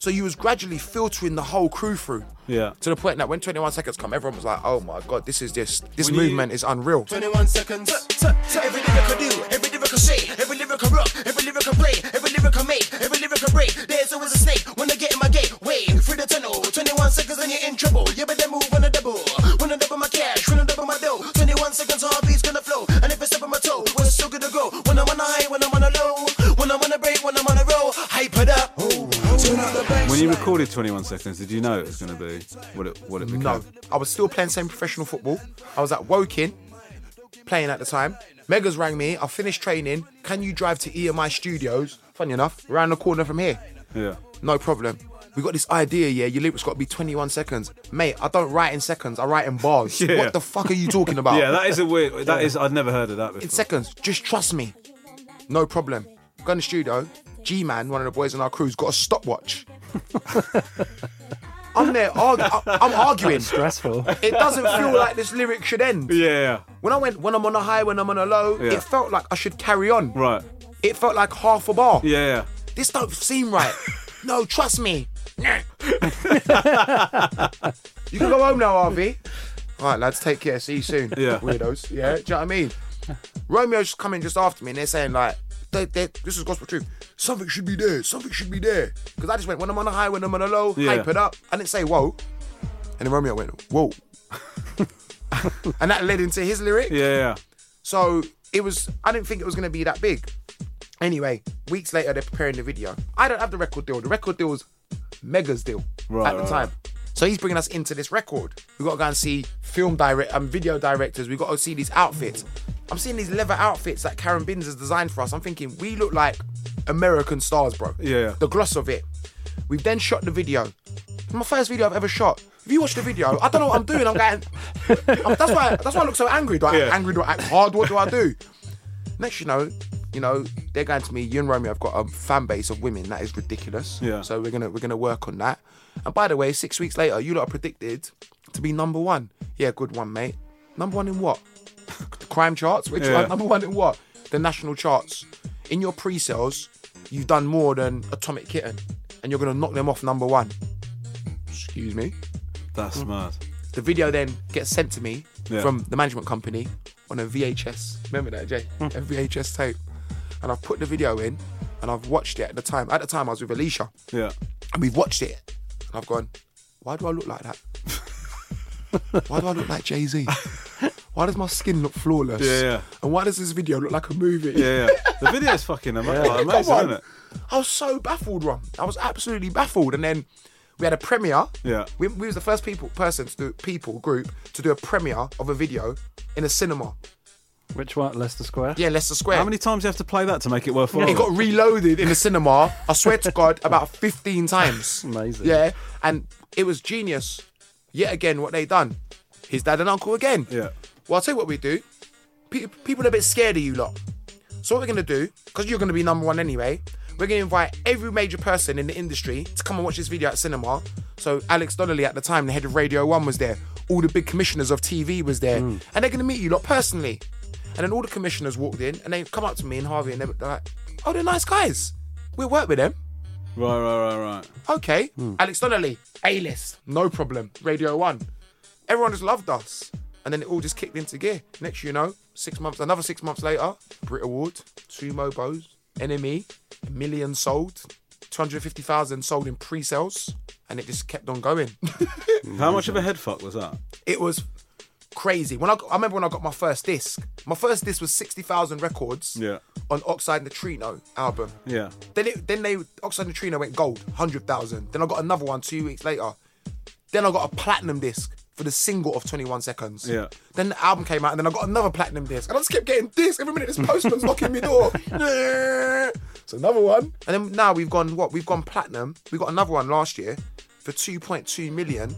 S4: So you was gradually filtering the whole crew through.
S1: Yeah.
S4: To the point that when 21 Seconds come, everyone was like, oh my God, this is just, this
S1: When you-
S4: movement is unreal.
S8: 21 seconds. Every lyric I do, every lyric I say, every lyric I rock, every lyric I pray, every lyric I make, every lyric I break. There's always a snake when I get in my gateway. Through the tunnel, 21 seconds and you're in trouble. You better move on a double. When I double my cash, when I double my dough. 21 seconds, all beats gonna flow. And if I step on my toe, we're still gonna go. When I'm on a high, when I'm on a low. When I'm on a break, when I'm on a roll. Hype it up. Turn up the bass.
S1: When you recorded 21 seconds, did you know it was going to be what it what it became?
S4: No, I was still playing same professional football. I was at Woking, playing at the time. Megas rang me. I finished training. Can you drive to EMI Studios? Funny enough, around the corner from here.
S1: Yeah.
S4: No problem. We got this idea, yeah. Your lyric's got to be 21 seconds, mate. I don't write in seconds. I write in bars.
S1: Yeah.
S4: What the fuck are you talking about?
S1: Yeah, that is a weird. That is. I'd never heard of that before.
S4: in seconds. Just trust me. No problem. Go in the studio. G Man, one of the boys in our crew's got a stopwatch. I'm there. Argu- I- I'm arguing.
S6: Stressful.
S4: It doesn't feel like this lyric should end.
S1: yeah.
S4: When I went, when I'm on a high, when I'm on a low,
S1: Yeah.
S4: it felt like I should carry on.
S1: Right.
S4: It felt like half a bar.
S1: Yeah.
S4: This don't seem right. no, trust me. Nah. you can go home now, Harvey. All right, lads, take care. See you soon.
S1: Yeah.
S4: Weirdos. Yeah. Do you know what I mean? Romeo's coming just after me and they're saying, like, they, they, this is gospel truth. Something should be there. Something should be there. Because I just went, when I'm on a high, when I'm on a low,
S1: Yeah.
S4: hype it up. I didn't say, whoa. And then Romeo went, whoa. and that led into his lyric.
S1: Yeah. Yeah.
S4: So it was, I didn't think it was going to be that big. Anyway, weeks later, they're preparing the video. I don't have the record deal. The record deal was Mega's deal
S1: Right,
S4: at the
S1: right,
S4: time. So he's bringing us into this record. we got to go and see film direct and video directors. we got to see these outfits. I'm seeing these leather outfits that Karen Binns has designed for us. I'm thinking, we look like American stars, bro.
S1: Yeah.
S4: The gloss of it. We've then shot the video. It's my first video I've ever shot. If you watch the video, I don't know what I'm doing. I'm going. I'm- that's why. That's why I look so angry. Do I act
S1: Yeah.
S4: angry? Do I act hard? What do I do? Next, you know, you know, they're going to me. You and Romeo have got a fan base of women that is ridiculous.
S1: Yeah.
S4: So we're gonna we're gonna work on that. And by the way, six weeks later, you lot are predicted to be number one. Yeah, good one, mate. Number one in what? the crime charts. Which
S1: Yeah.
S4: one? Number one in what? The national charts. In your pre-sales, you've done more than Atomic Kitten, and you're gonna knock them off number one. Excuse me. Hmm.
S1: That's mad.
S4: The video then gets sent to me
S1: Yeah.
S4: from the management company on a VHS. Remember that, Jay? a
S1: Hmm.
S4: VHS tape. And I've put the video in and I've watched it at the time. At the time, I was with Alicia
S1: Yeah.
S4: and we've watched it. And I've gone, why do I look like that? why do I look like Jay Z? Why does my skin look flawless?
S1: Yeah, yeah.
S4: And why does this video look like a movie?
S1: Yeah, yeah. The video's fucking ama- like,
S4: Come
S1: amazing,
S4: on.
S1: isn't it?
S4: I was so baffled, Ron. I was absolutely baffled. And then we had a premiere.
S1: Yeah.
S4: We, we was the first people person to do people group to do a premiere of a video in a cinema.
S6: Which one? Leicester Square?
S4: Yeah, Leicester Square.
S1: How many times do you have to play that to make it worthwhile?
S4: it got reloaded in the cinema. I swear to God, about 15 times.
S6: Amazing.
S4: Yeah, and it was genius. Yet again, what they done? His dad and uncle again.
S1: Yeah.
S4: Well, I'll tell you what we do. Pe- people are a bit scared of you lot. So what we're gonna do? Because you're gonna be number one anyway. We're gonna invite every major person in the industry to come and watch this video at cinema. So Alex Donnelly at the time, the head of Radio One, was there. All the big commissioners of TV was there, and they're gonna meet you lot personally. And then all the commissioners walked in, and they come up to me and Harvey, and they're like, "Oh, they're nice guys. We'll work with them."
S1: Right, right, right, right.
S4: Okay, Alex Donnelly, A list, no problem. Radio One, everyone just loved us, and then it all just kicked into gear. Next, you know, six months, another six months later, Brit Award, two Mobos, NME, a million sold, two hundred fifty thousand sold in pre-sales, and it just kept on going.
S1: How much of a head fuck was that?
S4: it was crazy. When I, got- I remember when I got my first disc, my first disc was sixty thousand records
S1: Yeah.
S4: on Oxide Neutrino album.
S1: Yeah.
S4: Then it, then they Oxide Neutrino went gold, hundred thousand. Then I got another one two weeks later. Then I got a platinum disc for the single of 21 seconds.
S1: Yeah.
S4: Then the album came out, and then I got another platinum disc, and I just kept getting discs every minute. This postman's knocking me door. so another one, and then now we've gone what? We've gone platinum. We got another one last year for 2.2 million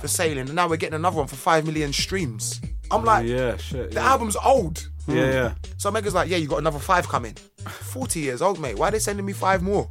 S4: for sailing, and now we're getting another one for five million streams. I'm like,
S1: Oh, Yeah, shit.
S4: the
S1: yeah.
S4: album's old.
S1: Yeah, yeah.
S4: So Mega's like, yeah, you got another five coming. 40 years old, mate. Why are they sending me five more?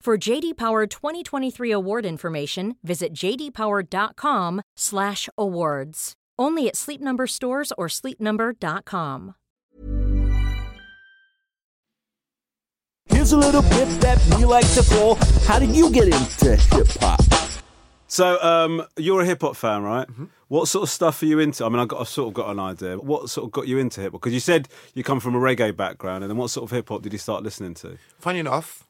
S9: For JD Power 2023 award information, visit jdpower.com/awards. Only at Sleep Number stores or sleepnumber.com.
S2: Here's a little bit that we like to call How Did You Get Into Hip Hop?
S1: So, um, you're a hip hop fan, right?
S4: Mm-hmm.
S1: What sort of stuff are you into? I mean, I got, I've sort of got an idea. but What sort of got you into hip hop? Because you said you come from a reggae background, and then what sort of hip hop did you start listening to?
S4: Funny enough,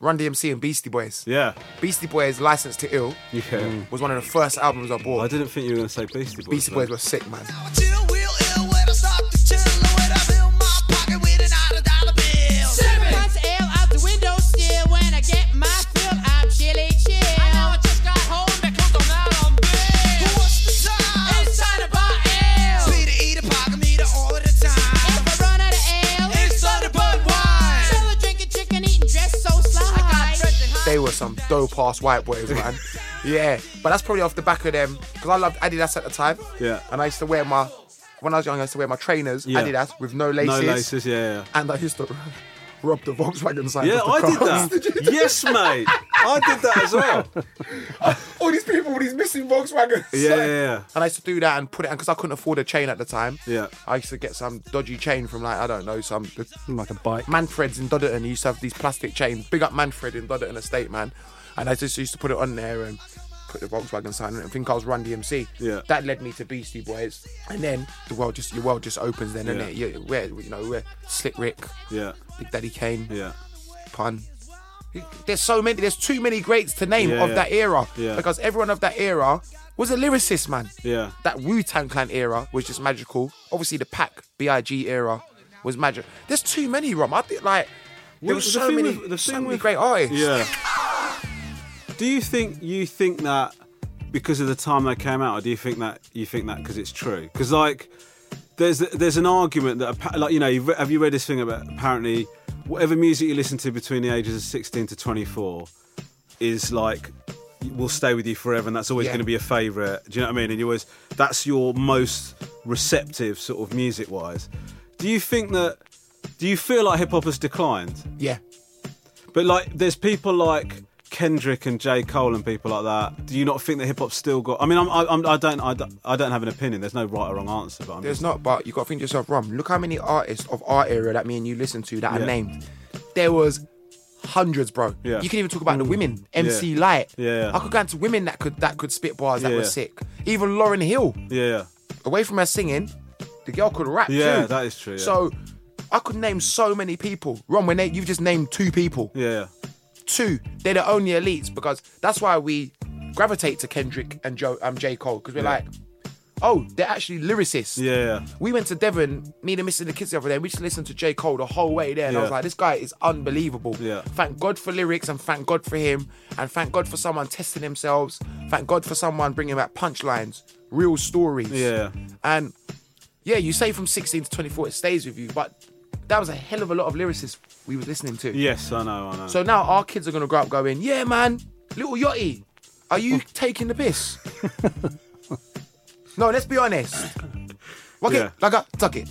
S4: Run DMC and Beastie Boys.
S1: Yeah,
S4: Beastie Boys' License to Ill
S1: yeah.
S4: was one of the first albums I bought.
S1: I didn't think you were going to say Beastie Boys.
S4: Mm. Beastie Boys
S1: though.
S4: were sick, man. They were some dope ass white boys, man. yeah, but that's probably off the back of them because I loved Adidas at the time.
S1: Yeah.
S4: and I used to wear my when I was young, I used to wear my trainers
S1: Yeah.
S4: Adidas with no
S1: No
S4: laces.
S1: laces, yeah.
S4: and I used to rob the Volkswagen
S1: Yeah,
S4: side.
S1: yeah
S4: of the
S1: I
S4: cars.
S1: did that. yes, mate. I did that as well.
S4: all these people with these missing Volkswagens.
S1: Yeah, yeah, yeah.
S4: And I used to do that and put it, because I couldn't afford a chain at the time.
S1: Yeah.
S4: I used to get some dodgy chain from like I don't know some like a bike. Manfred's in Dodderton he used to have these plastic chains. Big up Manfred in Dodderton Estate, man. And I just used to put it on there and put the Volkswagen sign on it and think I was Run DMC.
S1: Yeah.
S4: That led me to Beastie Boys, and then the world just your world just opens. Then and
S1: Yeah.
S4: it you, where you know where Slick Rick,
S1: yeah,
S4: Big Daddy Kane,
S1: yeah,
S4: Pun. There's so many. There's too many greats to name
S1: Yeah,
S4: of
S1: yeah.
S4: that era
S1: Yeah.
S4: because everyone of that era was a lyricist, man
S1: yeah.
S4: that Wu Tang Clan era was just magical. Obviously, the Pac B.I.G. era was magic. There's too many, Rom. I think like there
S1: Well,
S4: was
S1: the
S4: so
S1: thing
S4: many,
S1: with- the
S4: so
S1: thing
S4: many
S1: with-
S4: great artists.
S1: Yeah. Do you think you think that because of the time they came out, or do you think that you think that because it's true? Because like, there's there's an argument that appa- like you know you've re- have you read this thing about apparently whatever music you listen to between the ages of 16 to 24 is like will stay with you forever, and that's always
S4: Yeah.
S1: going to be a favourite. Do you know what I mean? And you always that's your most receptive sort of music wise. Do you think that? Do you feel like hip hop has declined?
S4: Yeah.
S1: But like, there's people like Kendrick and J Cole and people like that. Do you not think that hip hop's still got? I mean, I'm, I- I'm, I don't, I don't, I don't have an opinion. There's no right or wrong answer, but I'm
S4: There's
S1: just,
S4: not, but you got to think to yourself, Rom. Look how many artists of our era that me and you listened to that
S1: Yeah.
S4: I named. There was hundreds, bro.
S1: Yeah. Mm.
S4: You can even talk about the women.
S1: Yeah.
S4: MC Light.
S1: Yeah.
S4: I could go into women that could that could spit bars that
S1: Yeah.
S4: were sick. Even Lauren Hill.
S1: yeah,
S4: Away from her singing, the girl could rap
S1: yeah,
S4: too.
S1: that is true. Yeah.
S4: So I could name so many people. Ron, when they, you've just named two people.
S1: yeah,
S4: Two. They're the only elites because that's why we gravitate to Kendrick and Joe um J. Cole. Because we're
S1: Yeah.
S4: like, oh, they're actually lyricists.
S1: yeah,
S4: We went to Devon, me and the Missing the Kids the other day, and we just listened to J. Cole the whole way there. And I
S1: Yeah.
S4: was like, this guy is unbelievable.
S1: Yeah.
S4: Thank God for lyrics and thank God for him. And thank God for someone testing themselves. Thank God for someone bringing back punchlines, real stories.
S1: yeah,
S4: And yeah, you say from 16 to 24, it stays with you, but that was a hell of a lot of lyricists we was listening to.
S1: yes, I know, I know.
S4: So now our kids are gonna grow up going, yeah, man, little Yachty, are you taking the piss? no, let's be honest. Walk
S1: Yeah.
S4: it, like a tuck it.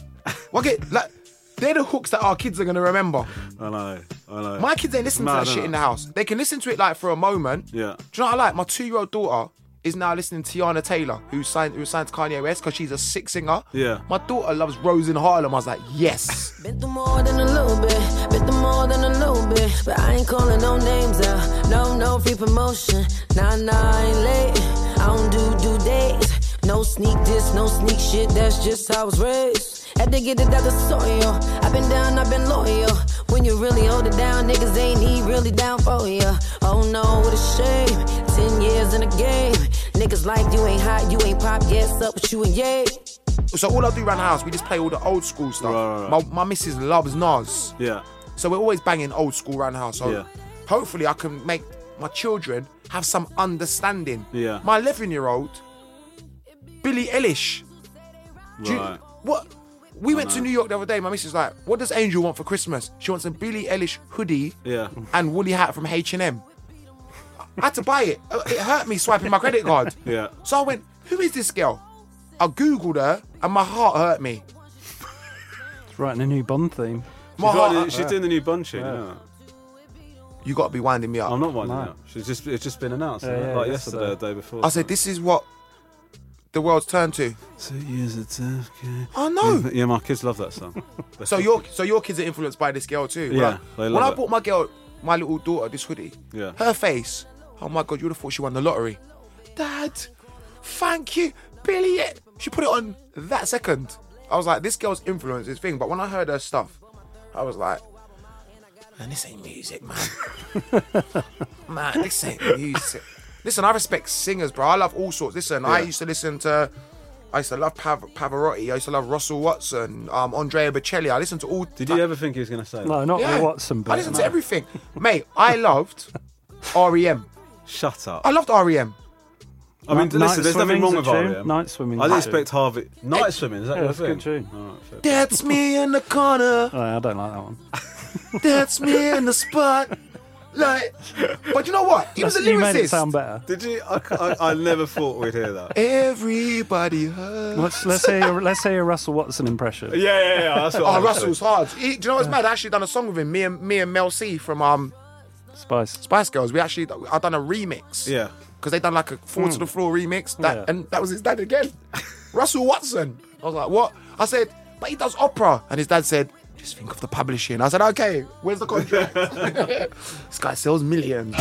S4: Walk it, like they're the hooks that our kids are gonna remember.
S1: I know, I know.
S4: My kids ain't listening
S1: No,
S4: to that
S1: no,
S4: shit
S1: no.
S4: in the house. They can listen to it like for a moment.
S1: Yeah,
S4: Do you know what I like? My two-year-old daughter is now listening to Tiana Taylor, who signed who signed to Kanye West because she's a sick singer.
S1: yeah.
S4: My daughter loves Rose in Harlem. I was like, yes.
S10: Bit them more than a little bit, bit them more than a little bit. But I ain't calling no names out, no, no free promotion. Nah, nah, I ain't late. I don't do due dates. No sneak this, no sneak shit, that's just how I was raised. Had to get it out the soil. I've been down, I've been loyal. When you really hold it down, niggas ain't he really down for ya. Oh no, what a shame. Ten years in the game. Niggas like you ain't hot, you ain't pop, yes, up with you and yay.
S4: So all I do around the house, we just play all the old school stuff. My, my missus loves Nas.
S1: Yeah.
S4: So we're always banging old school around the house. So
S1: Yeah.
S4: hopefully I can make my children have some understanding.
S1: Yeah.
S4: My 11 year old, Billie Eilish. Do you-
S1: Right.
S4: what? We
S1: I
S4: went to
S1: know.
S4: New York the other day. My missus was like, "What does Angel want for Christmas? She wants a Billie Eilish hoodie
S1: Yeah.
S4: and woolly hat from H and M." I had to buy it. Uh, It hurt me swiping my credit card.
S1: Yeah.
S4: So I went, "Who is this girl?" I googled her, and my heart hurt me.
S6: It's writing a new Bond theme.
S1: She's, like- she's doing the new bun tune.
S6: Yeah.
S1: Yeah.
S4: You got to be winding me up.
S1: I'm not winding
S6: No.
S1: up. She's just, it's just been announced
S6: Yeah,
S1: isn't it?
S6: yeah,
S1: like
S6: yesterday.
S1: yesterday, or the day before.
S4: I said, "This is what the world's turned to."
S1: Two years of death.
S4: I know.
S1: Yeah, my kids love that song.
S4: So your so your kids are influenced by this girl too.
S1: Yeah,
S4: right?
S1: they love
S4: when I
S1: it.
S4: bought my girl, my little daughter, this hoodie,
S1: Yeah.
S4: her face. Oh my god, you would have thought she won the lottery. Dad, thank you, Billy. She put it on that second. I was like, this girl's influence is thing. But when I heard her stuff, I was like, man, this ain't music, man. man, this ain't music. Listen, I respect singers, bro. I love all sorts. Listen, I
S1: Yeah.
S4: used to listen to. I used to love Pav- Pavarotti. I used to love Russell Watson, um, Andrea Bocelli. I listened to all.
S1: Did you ever think he was going to say that?
S6: No, not
S4: Yeah.
S6: the Watson bit.
S4: I listened
S6: no.
S4: to everything, mate. I loved REM.
S1: Shut up.
S4: I loved E REM.
S1: I mean,
S6: Night
S1: listen, there's nothing
S6: Swimming's
S1: wrong
S6: a
S1: with
S6: tune.
S1: REM.
S6: Night Swimming's
S1: I
S6: a
S1: didn't
S6: tune.
S1: expect Harvey. Night swimming, is that
S6: Yeah,
S1: your
S6: that's a
S1: thing?
S6: good tune.
S1: Alright, fair.
S4: That's me in the corner.
S6: Oh, I don't like that one.
S4: That's me in the spot. Like, but you know what? He was a
S6: That's- you made it
S4: lyricist.
S6: sound better.
S1: Did you? I, I, I never thought we'd hear that.
S4: Everybody hurts.
S6: Let's let's hear your, let's hear your Russell Watson impression.
S1: Yeah, yeah, yeah. That's what I
S4: Oh,
S1: was
S4: Russell's hard. He, do you know what's mad? I actually done a song with him. Me and me and Mel C from um
S6: Spice.
S4: Spice Girls. We actually I done a remix.
S1: Yeah.
S4: Because they done like a fall to
S1: Mm.
S4: the floor remix. That
S1: Yeah.
S4: and that was his dad again. Russell Watson. I was like, what? I said, but he does opera. And his dad said, just think of the publishing. I said, okay, where's the contract? this guy sells millions.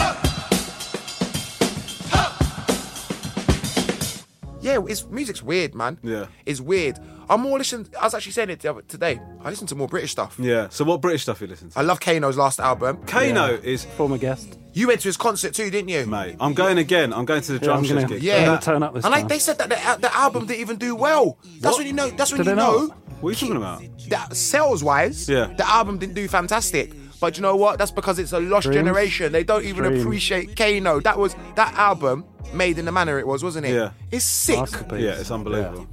S4: Yeah, it's music's weird, man. Yeah, it's weird. I'm more listening. I was actually saying it the other, today. I listen to more British stuff.
S1: Yeah. So what British stuff you listen to?
S4: I love Kano's last album.
S1: Kano is
S6: former guest.
S4: You went to his concert too, didn't you,
S1: mate? I'm going again. I'm going to the drum shift gig.
S4: Yeah,
S1: this
S4: And like they said that the, the album didn't even do well. That's when you know. That's when
S1: Did
S4: you
S1: it not?
S4: know.
S1: What are you talking about?
S4: That sales wise,
S1: Yeah.
S4: the album didn't do fantastic. But you know what? That's because it's a lost
S1: Dreams?
S4: generation. They don't even
S1: Dreams.
S4: appreciate Kano. That was that album made in the manner it was, wasn't it?
S1: Yeah.
S4: It's sick.
S1: Yeah, it's unbelievable.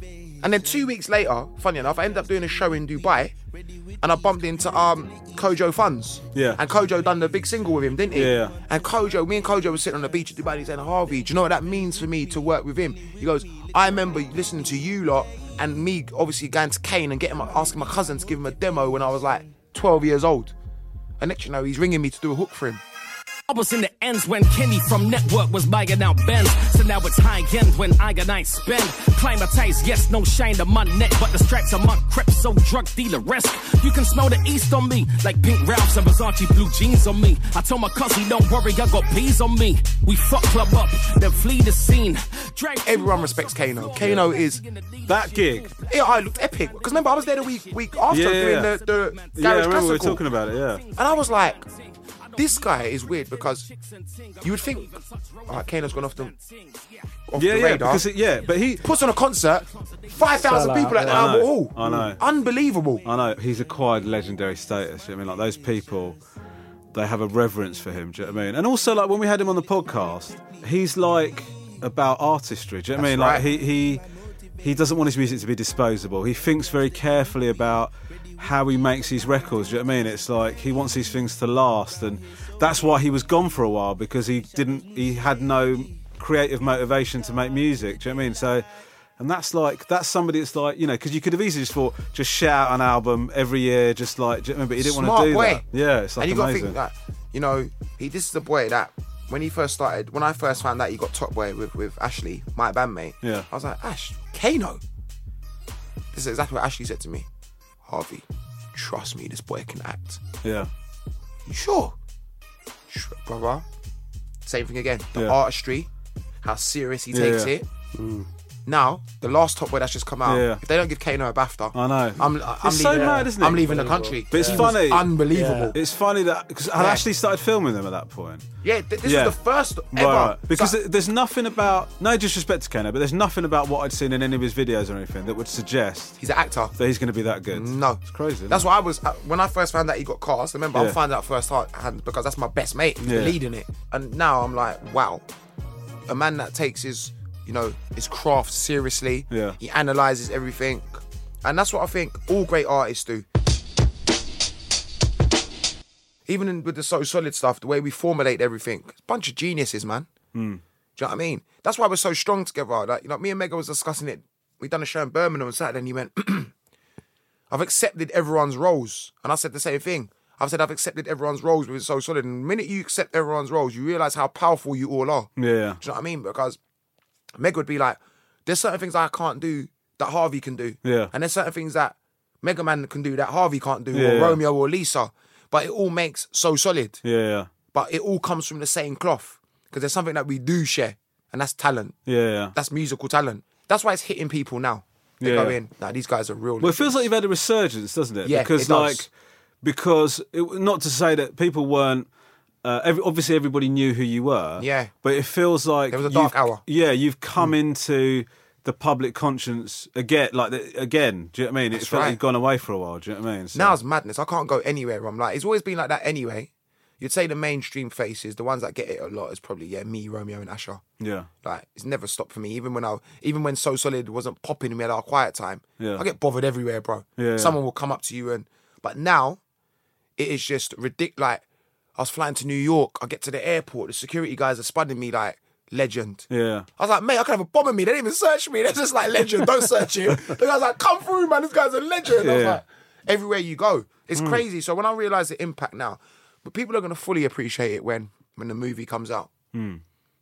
S4: And then two weeks later, funny enough, I ended up doing a show in Dubai, and I bumped into um Kojo Funds.
S1: Yeah.
S4: And Kojo done the big single with him, didn't he?
S1: Yeah.
S4: And Kojo, me and Kojo were sitting on the beach in Dubai. And he's saying, Harvey, do you know what that means for me to work with him? He goes, I remember listening to you lot and me obviously going to Kane and getting my asking my cousin to give him a demo when I was like 12 years old. And next you know, he's ringing me to do a hook for him.
S11: I was in the ends when Kenny from Network was buying out Benz. So now it's high end when I and I spend. Climatized, yes, no shine on my neck, but the stripes on my crep, so drug dealer risk. You can smell the east on me, like pink Ralphs and Versace blue jeans on me. I told my cousin, don't worry, I got peas on me. We fuck club up, then flee the scene. Drag
S4: Everyone respects Kano. Kano is
S1: that gig.
S4: Yeah, I looked epic because remember I was there the week week after
S1: Yeah, yeah,
S4: doing
S1: yeah.
S4: the, the garage
S1: Yeah, I remember we were
S4: classical.
S1: talking about it. Yeah.
S4: And I was like, this guy is weird because you would think, all right, Kano's gone off the, off
S1: yeah,
S4: the
S1: yeah,
S4: radar.
S1: because it, yeah, but he
S4: puts on a concert, five thousand people at the
S1: I
S4: Albert
S1: know,
S4: Hall.
S1: I know,
S4: unbelievable.
S1: I know he's acquired legendary status. I mean, like those people, they have a reverence for him. Do you know what I mean? And also, like when we had him on the podcast, he's like about artistry. Do you know what I mean?
S4: That's
S1: Like he he he doesn't want his music to be disposable. He thinks very carefully about how he makes his records. Do you know what I mean? It's like he wants these things to last, and that's why he was gone for a while because he didn't. He had no creative motivation to make music. Do you know what I mean? So. And that's like that's somebody that's like you know because you could have easily just thought just shout an album every year just like do you know what I mean? but he didn't want
S4: Smart
S1: to do
S4: boy.
S1: that yeah it's like
S4: and you gotta
S1: amazing
S4: think that you know he. This is the boy that when he first started, when I first found out he got top boy with with Ashley, my bandmate.
S1: Yeah.
S4: I was like, Ash, Kano. This is exactly what Ashley said to me, Harvey. Trust me, this boy can act.
S1: yeah
S4: You sure? Sure, brother. Same thing again. The
S1: Yeah.
S4: artistry, how serious he
S1: Yeah,
S4: takes
S1: yeah.
S4: it. Now, the last Top Boy that's just come out,
S1: Yeah.
S4: if they don't give Kano a BAFTA,
S1: I know.
S4: I'm, I'm
S1: it's so
S4: leaving,
S1: mad, isn't it?
S4: I'm leaving the country.
S1: But it's
S4: He was
S1: funny.
S4: Unbelievable.
S1: It's funny that because I
S4: Yeah.
S1: actually started filming them at that point.
S4: Yeah, th- this
S1: Yeah.
S4: was the first
S1: Right,
S4: ever.
S1: right. Because th- there's nothing about no disrespect to Kano, but there's nothing about what I'd seen in any of his videos or anything that would suggest
S4: he's an actor
S1: that he's going to be that good.
S4: No, it's
S1: crazy. isn't
S4: That's
S1: it?
S4: why I was uh, when I first found out he got cast. Remember,
S1: Yeah.
S4: I found out first hand because that's my best mate who's
S1: Yeah.
S4: leading it, and now I'm like, wow, a man that takes his, you know, his craft seriously.
S1: Yeah.
S4: He analyzes everything, and that's what I think all great artists do. Even in, with the so solid stuff, the way we formulate everything, it's a bunch of geniuses, man.
S1: Mm.
S4: Do you know what I mean? That's why we're so strong together. Like, you know, me and Mega was discussing it. We done a show in Birmingham on Saturday, and he went, "I've accepted everyone's roles," and I said the same thing. I've said I've accepted everyone's roles, but it's so solid. And the minute you accept everyone's roles, you realize how powerful you all are.
S1: Yeah.
S4: Do you know what I mean? Because Meg would be like, "There's certain things I can't do that Harvey can do,
S1: Yeah.
S4: and there's certain things that Mega Man can do that Harvey can't do,
S1: Yeah.
S4: or Romeo or Lisa." But it all makes so solid
S1: Yeah, yeah,
S4: but it all comes from the same cloth because there's something that we do share, and that's talent.
S1: yeah, yeah.
S4: That's musical talent. That's why it's hitting people now. They
S1: Yeah.
S4: go in, nah, these guys are real.
S1: Well, it feels like you've had a resurgence, doesn't it?
S4: Yeah, it
S1: because
S4: does.
S1: like because it, not to say that people weren't. Uh, every, obviously, everybody knew who you were.
S4: Yeah.
S1: but it feels like there was
S4: a dark hour. Mm.
S1: Yeah, you've come into the public conscience again. Like the, again, do you know what I mean?
S4: That's
S1: it felt like
S4: right.
S1: you've gone away for a while. Do you know what I mean? So-
S4: Now it's madness. I can't go anywhere. I'm like, it's always been like that anyway. You'd say the mainstream faces, the ones that get it a lot, is probably yeah, me, Romeo, and Asher.
S1: yeah,
S4: Like it's never stopped for me. Even when I, even when So Solid wasn't popping, and we had our quiet time.
S1: Yeah.
S4: I get bothered everywhere, bro.
S1: Yeah.
S4: Someone will come up to you and, but now, it is just ridiculous. Like I was flying to New York. I get to the airport. The security guys are spudding me like legend.
S1: yeah.
S4: I was like, mate, I could have a bomb in me. They didn't even search me. They're just like legend. Don't search him. The guy's like, come through, man. This guy's a legend. I
S1: Yeah.
S4: was
S1: Hmm.
S4: like, everywhere you go, it's crazy. So when I realize the impact now, But people are going to fully appreciate it when when the movie comes out.
S1: Hmm.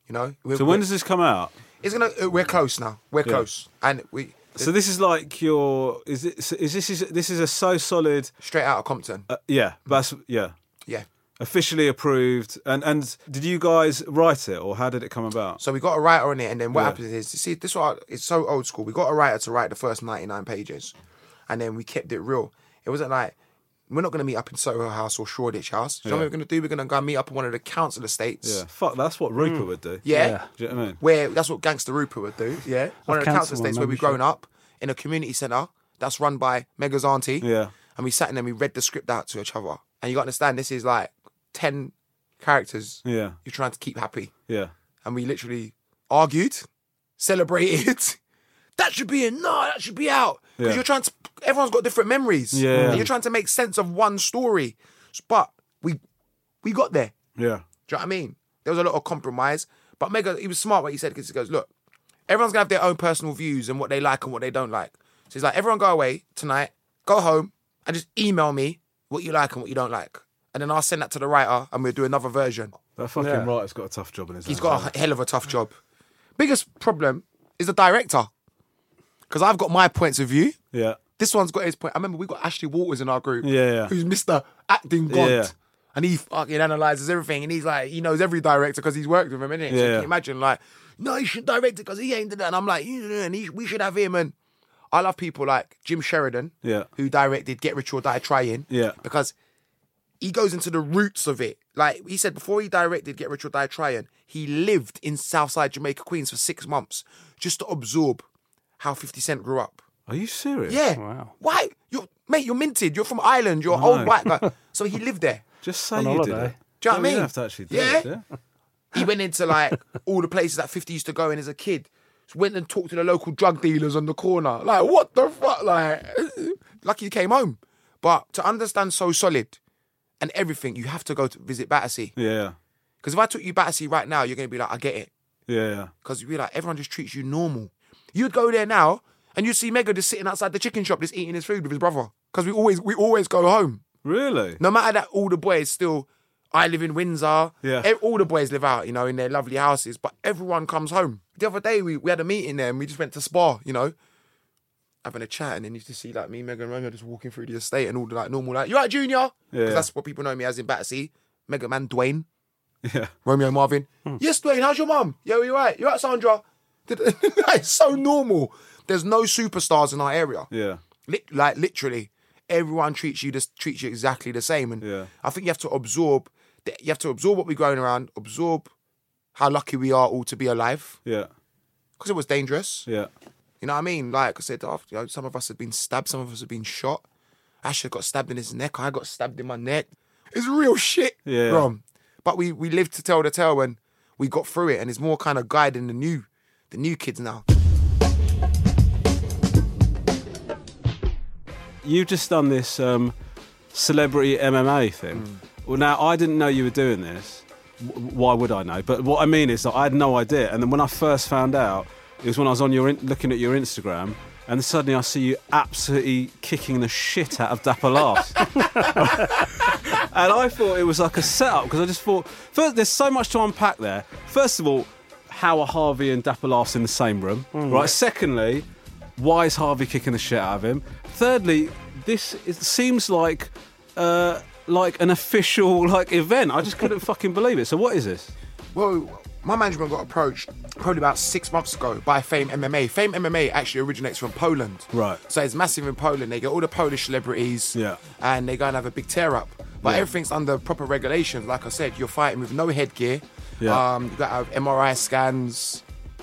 S4: You know.
S1: So when does this come out?
S4: It's gonna. uh, We're close now. We're
S1: Yeah.
S4: close, and we.
S1: So this is like your is it so is this is this is a so solid
S4: straight out of Compton.
S1: Uh, yeah, that's yeah.
S4: Yeah.
S1: Officially approved, and and did you guys write it, or how did it come about?
S4: So we got a writer on it, and then what
S1: Yeah.
S4: happens is, see, this one it's so old school. We got a writer to write the first ninety nine pages, and then we kept it real. It wasn't like we're not going to meet up in Soho House or Shoreditch House. Do you know
S1: Yeah.
S4: what we're going to do? We're going to go and meet up in one of the council estates.
S1: Yeah, fuck, that's what Rupert would do.
S4: Hmm. Yeah.
S1: do you know what I mean?
S4: Where that's what Gangster Rupert would do. Yeah. One of the
S1: cancelled
S4: council
S1: my
S4: estates where we've
S1: membership.
S4: grown up in a community centre that's run by Mega's auntie.
S1: Yeah.
S4: And we sat in there and we read the script out to each other. And you got to understand, this is like 10 characters
S1: Yeah,
S4: you're trying to keep happy.
S1: yeah.
S4: And we literally argued, celebrated. that should be in. No, that should be out. Because
S1: Yeah.
S4: you're trying to, everyone's got different memories.
S1: Yeah.
S4: And you're trying to make sense of one story. But we, we got there.
S1: Yeah.
S4: Do you know what I mean? There was a lot of compromise, but Mega, he was smart what he said because he goes, look, everyone's gonna have their own personal views and what they like and what they don't like. So he's like, everyone go away tonight, go home, and just email me what you like and what you don't like, and then I'll send that to the writer and we'll do another version.
S1: That fucking
S4: Yeah.
S1: writer's got a tough job in his
S4: He's
S1: hands,
S4: got
S1: hasn't
S4: a hell of a tough job. Biggest problem is the director, because I've got my points of view.
S1: he? Yeah.
S4: This one's got his point. I remember we got Ashley Waters in our group.
S1: Yeah, yeah.
S4: Who's Mr. Acting God.
S1: Yeah.
S4: And he fucking analyzes everything. And he's like, he knows every director because he's worked with him, innit? So
S1: Yeah,
S4: can
S1: yeah.
S4: you imagine, like, no, you should direct it because he ain't did that. And I'm like, "Yeah, and he, we should have him. And I love people like Jim Sheridan,
S1: Yeah.
S4: who directed Get Rich or Die Trying,
S1: Yeah.
S4: because he goes into the roots of it. Like he said, before he directed Get Rich or Die Trying, he lived in Southside Jamaica, Queens for six months just to absorb how 50 Cent grew up.
S1: Are you serious?
S4: Yeah.
S1: Wow.
S4: Why? You're, mate, you're minted. You're from Ireland. You're old black guy. So he lived there.
S1: Just say
S4: On
S1: you did
S4: holiday.
S1: it.
S4: Do you know what I
S1: No,
S4: mean?
S1: You don't have to actually do
S4: Yeah.
S1: it. Yeah.
S4: He went into like all the places that 50 used to go in as a kid. Just went and talked to the local drug dealers on the corner. Like, what the fuck? Like, lucky you came home. But to understand So Solid and everything, you have to go to visit Battersea.
S1: Yeah.
S4: Because if I took you Battersea right now, you're going to be like, I get it.
S1: Yeah. yeah.
S4: Because you'd be like, everyone just treats you normal. You'd go there now and you'd see Mega just sitting outside the chicken shop just eating his food with his brother. Because we always, we always go home.
S1: Really?
S4: No matter that, all the boys still. I live in Windsor.
S1: Yeah.
S4: Ev- All the boys live out, you know, in their lovely houses, but everyone comes home. The other day we, we had a meeting there and we just went to spa, you know, having a chat, and then you just see like me, Megan Romeo just walking through the estate and all the like normal like, you right, Junior?
S1: Yeah.
S4: Because that's what people know me as in Battersea. Mega Man Dwayne.
S1: Yeah.
S4: Romeo Marvin.
S1: Hmm.
S4: Yes, Dwayne, how's your mum? Yo, you right? You right, Sandra? it's so normal. There's no superstars in our area.
S1: Yeah.
S4: Lit- like literally, everyone treats you just treats you exactly the same. And
S1: Yeah.
S4: I think you have to absorb. the- You have to absorb what we're going around. Absorb how lucky we are all to be alive.
S1: Yeah.
S4: Because it was dangerous.
S1: Yeah.
S4: You know what I mean? Like I said, after, you know, some of us have been stabbed. Some of us have been shot. Asher got stabbed in his neck. I got stabbed in my neck. It's real shit.
S1: Yeah.
S4: Rom. But we we lived to tell the tale, and we got through it. And it's more kind of guiding the new the new kids now.
S1: You've just done this um, celebrity MMA thing. Well, now I didn't know you were doing this. W- why would I know? But what I mean is that I had no idea. And then when I first found out, it was when I was on your in- looking at your Instagram, and suddenly I see you absolutely kicking the shit out of Dapper Laughs. and I thought it was like a setup because I just thought first there's so much to unpack there. First of all, how are Harvey and Dapper Laughs in the same room? Right. Secondly, why is Harvey kicking the shit out of him? Thirdly, this it seems like uh, like an official like event. I just couldn't fucking believe it. So what is this?
S4: Well, my management got approached probably about six months ago by Fame MMA. Fame MMA actually originates from Poland.
S1: Right.
S4: So it's massive in Poland. They get all the Polish celebrities.
S1: Yeah.
S4: And they go and have a big tear up. But
S1: Yeah.
S4: everything's under proper regulations. Like I said, you're fighting with no headgear.
S1: Yeah.
S4: Um, you got to have MRI scans,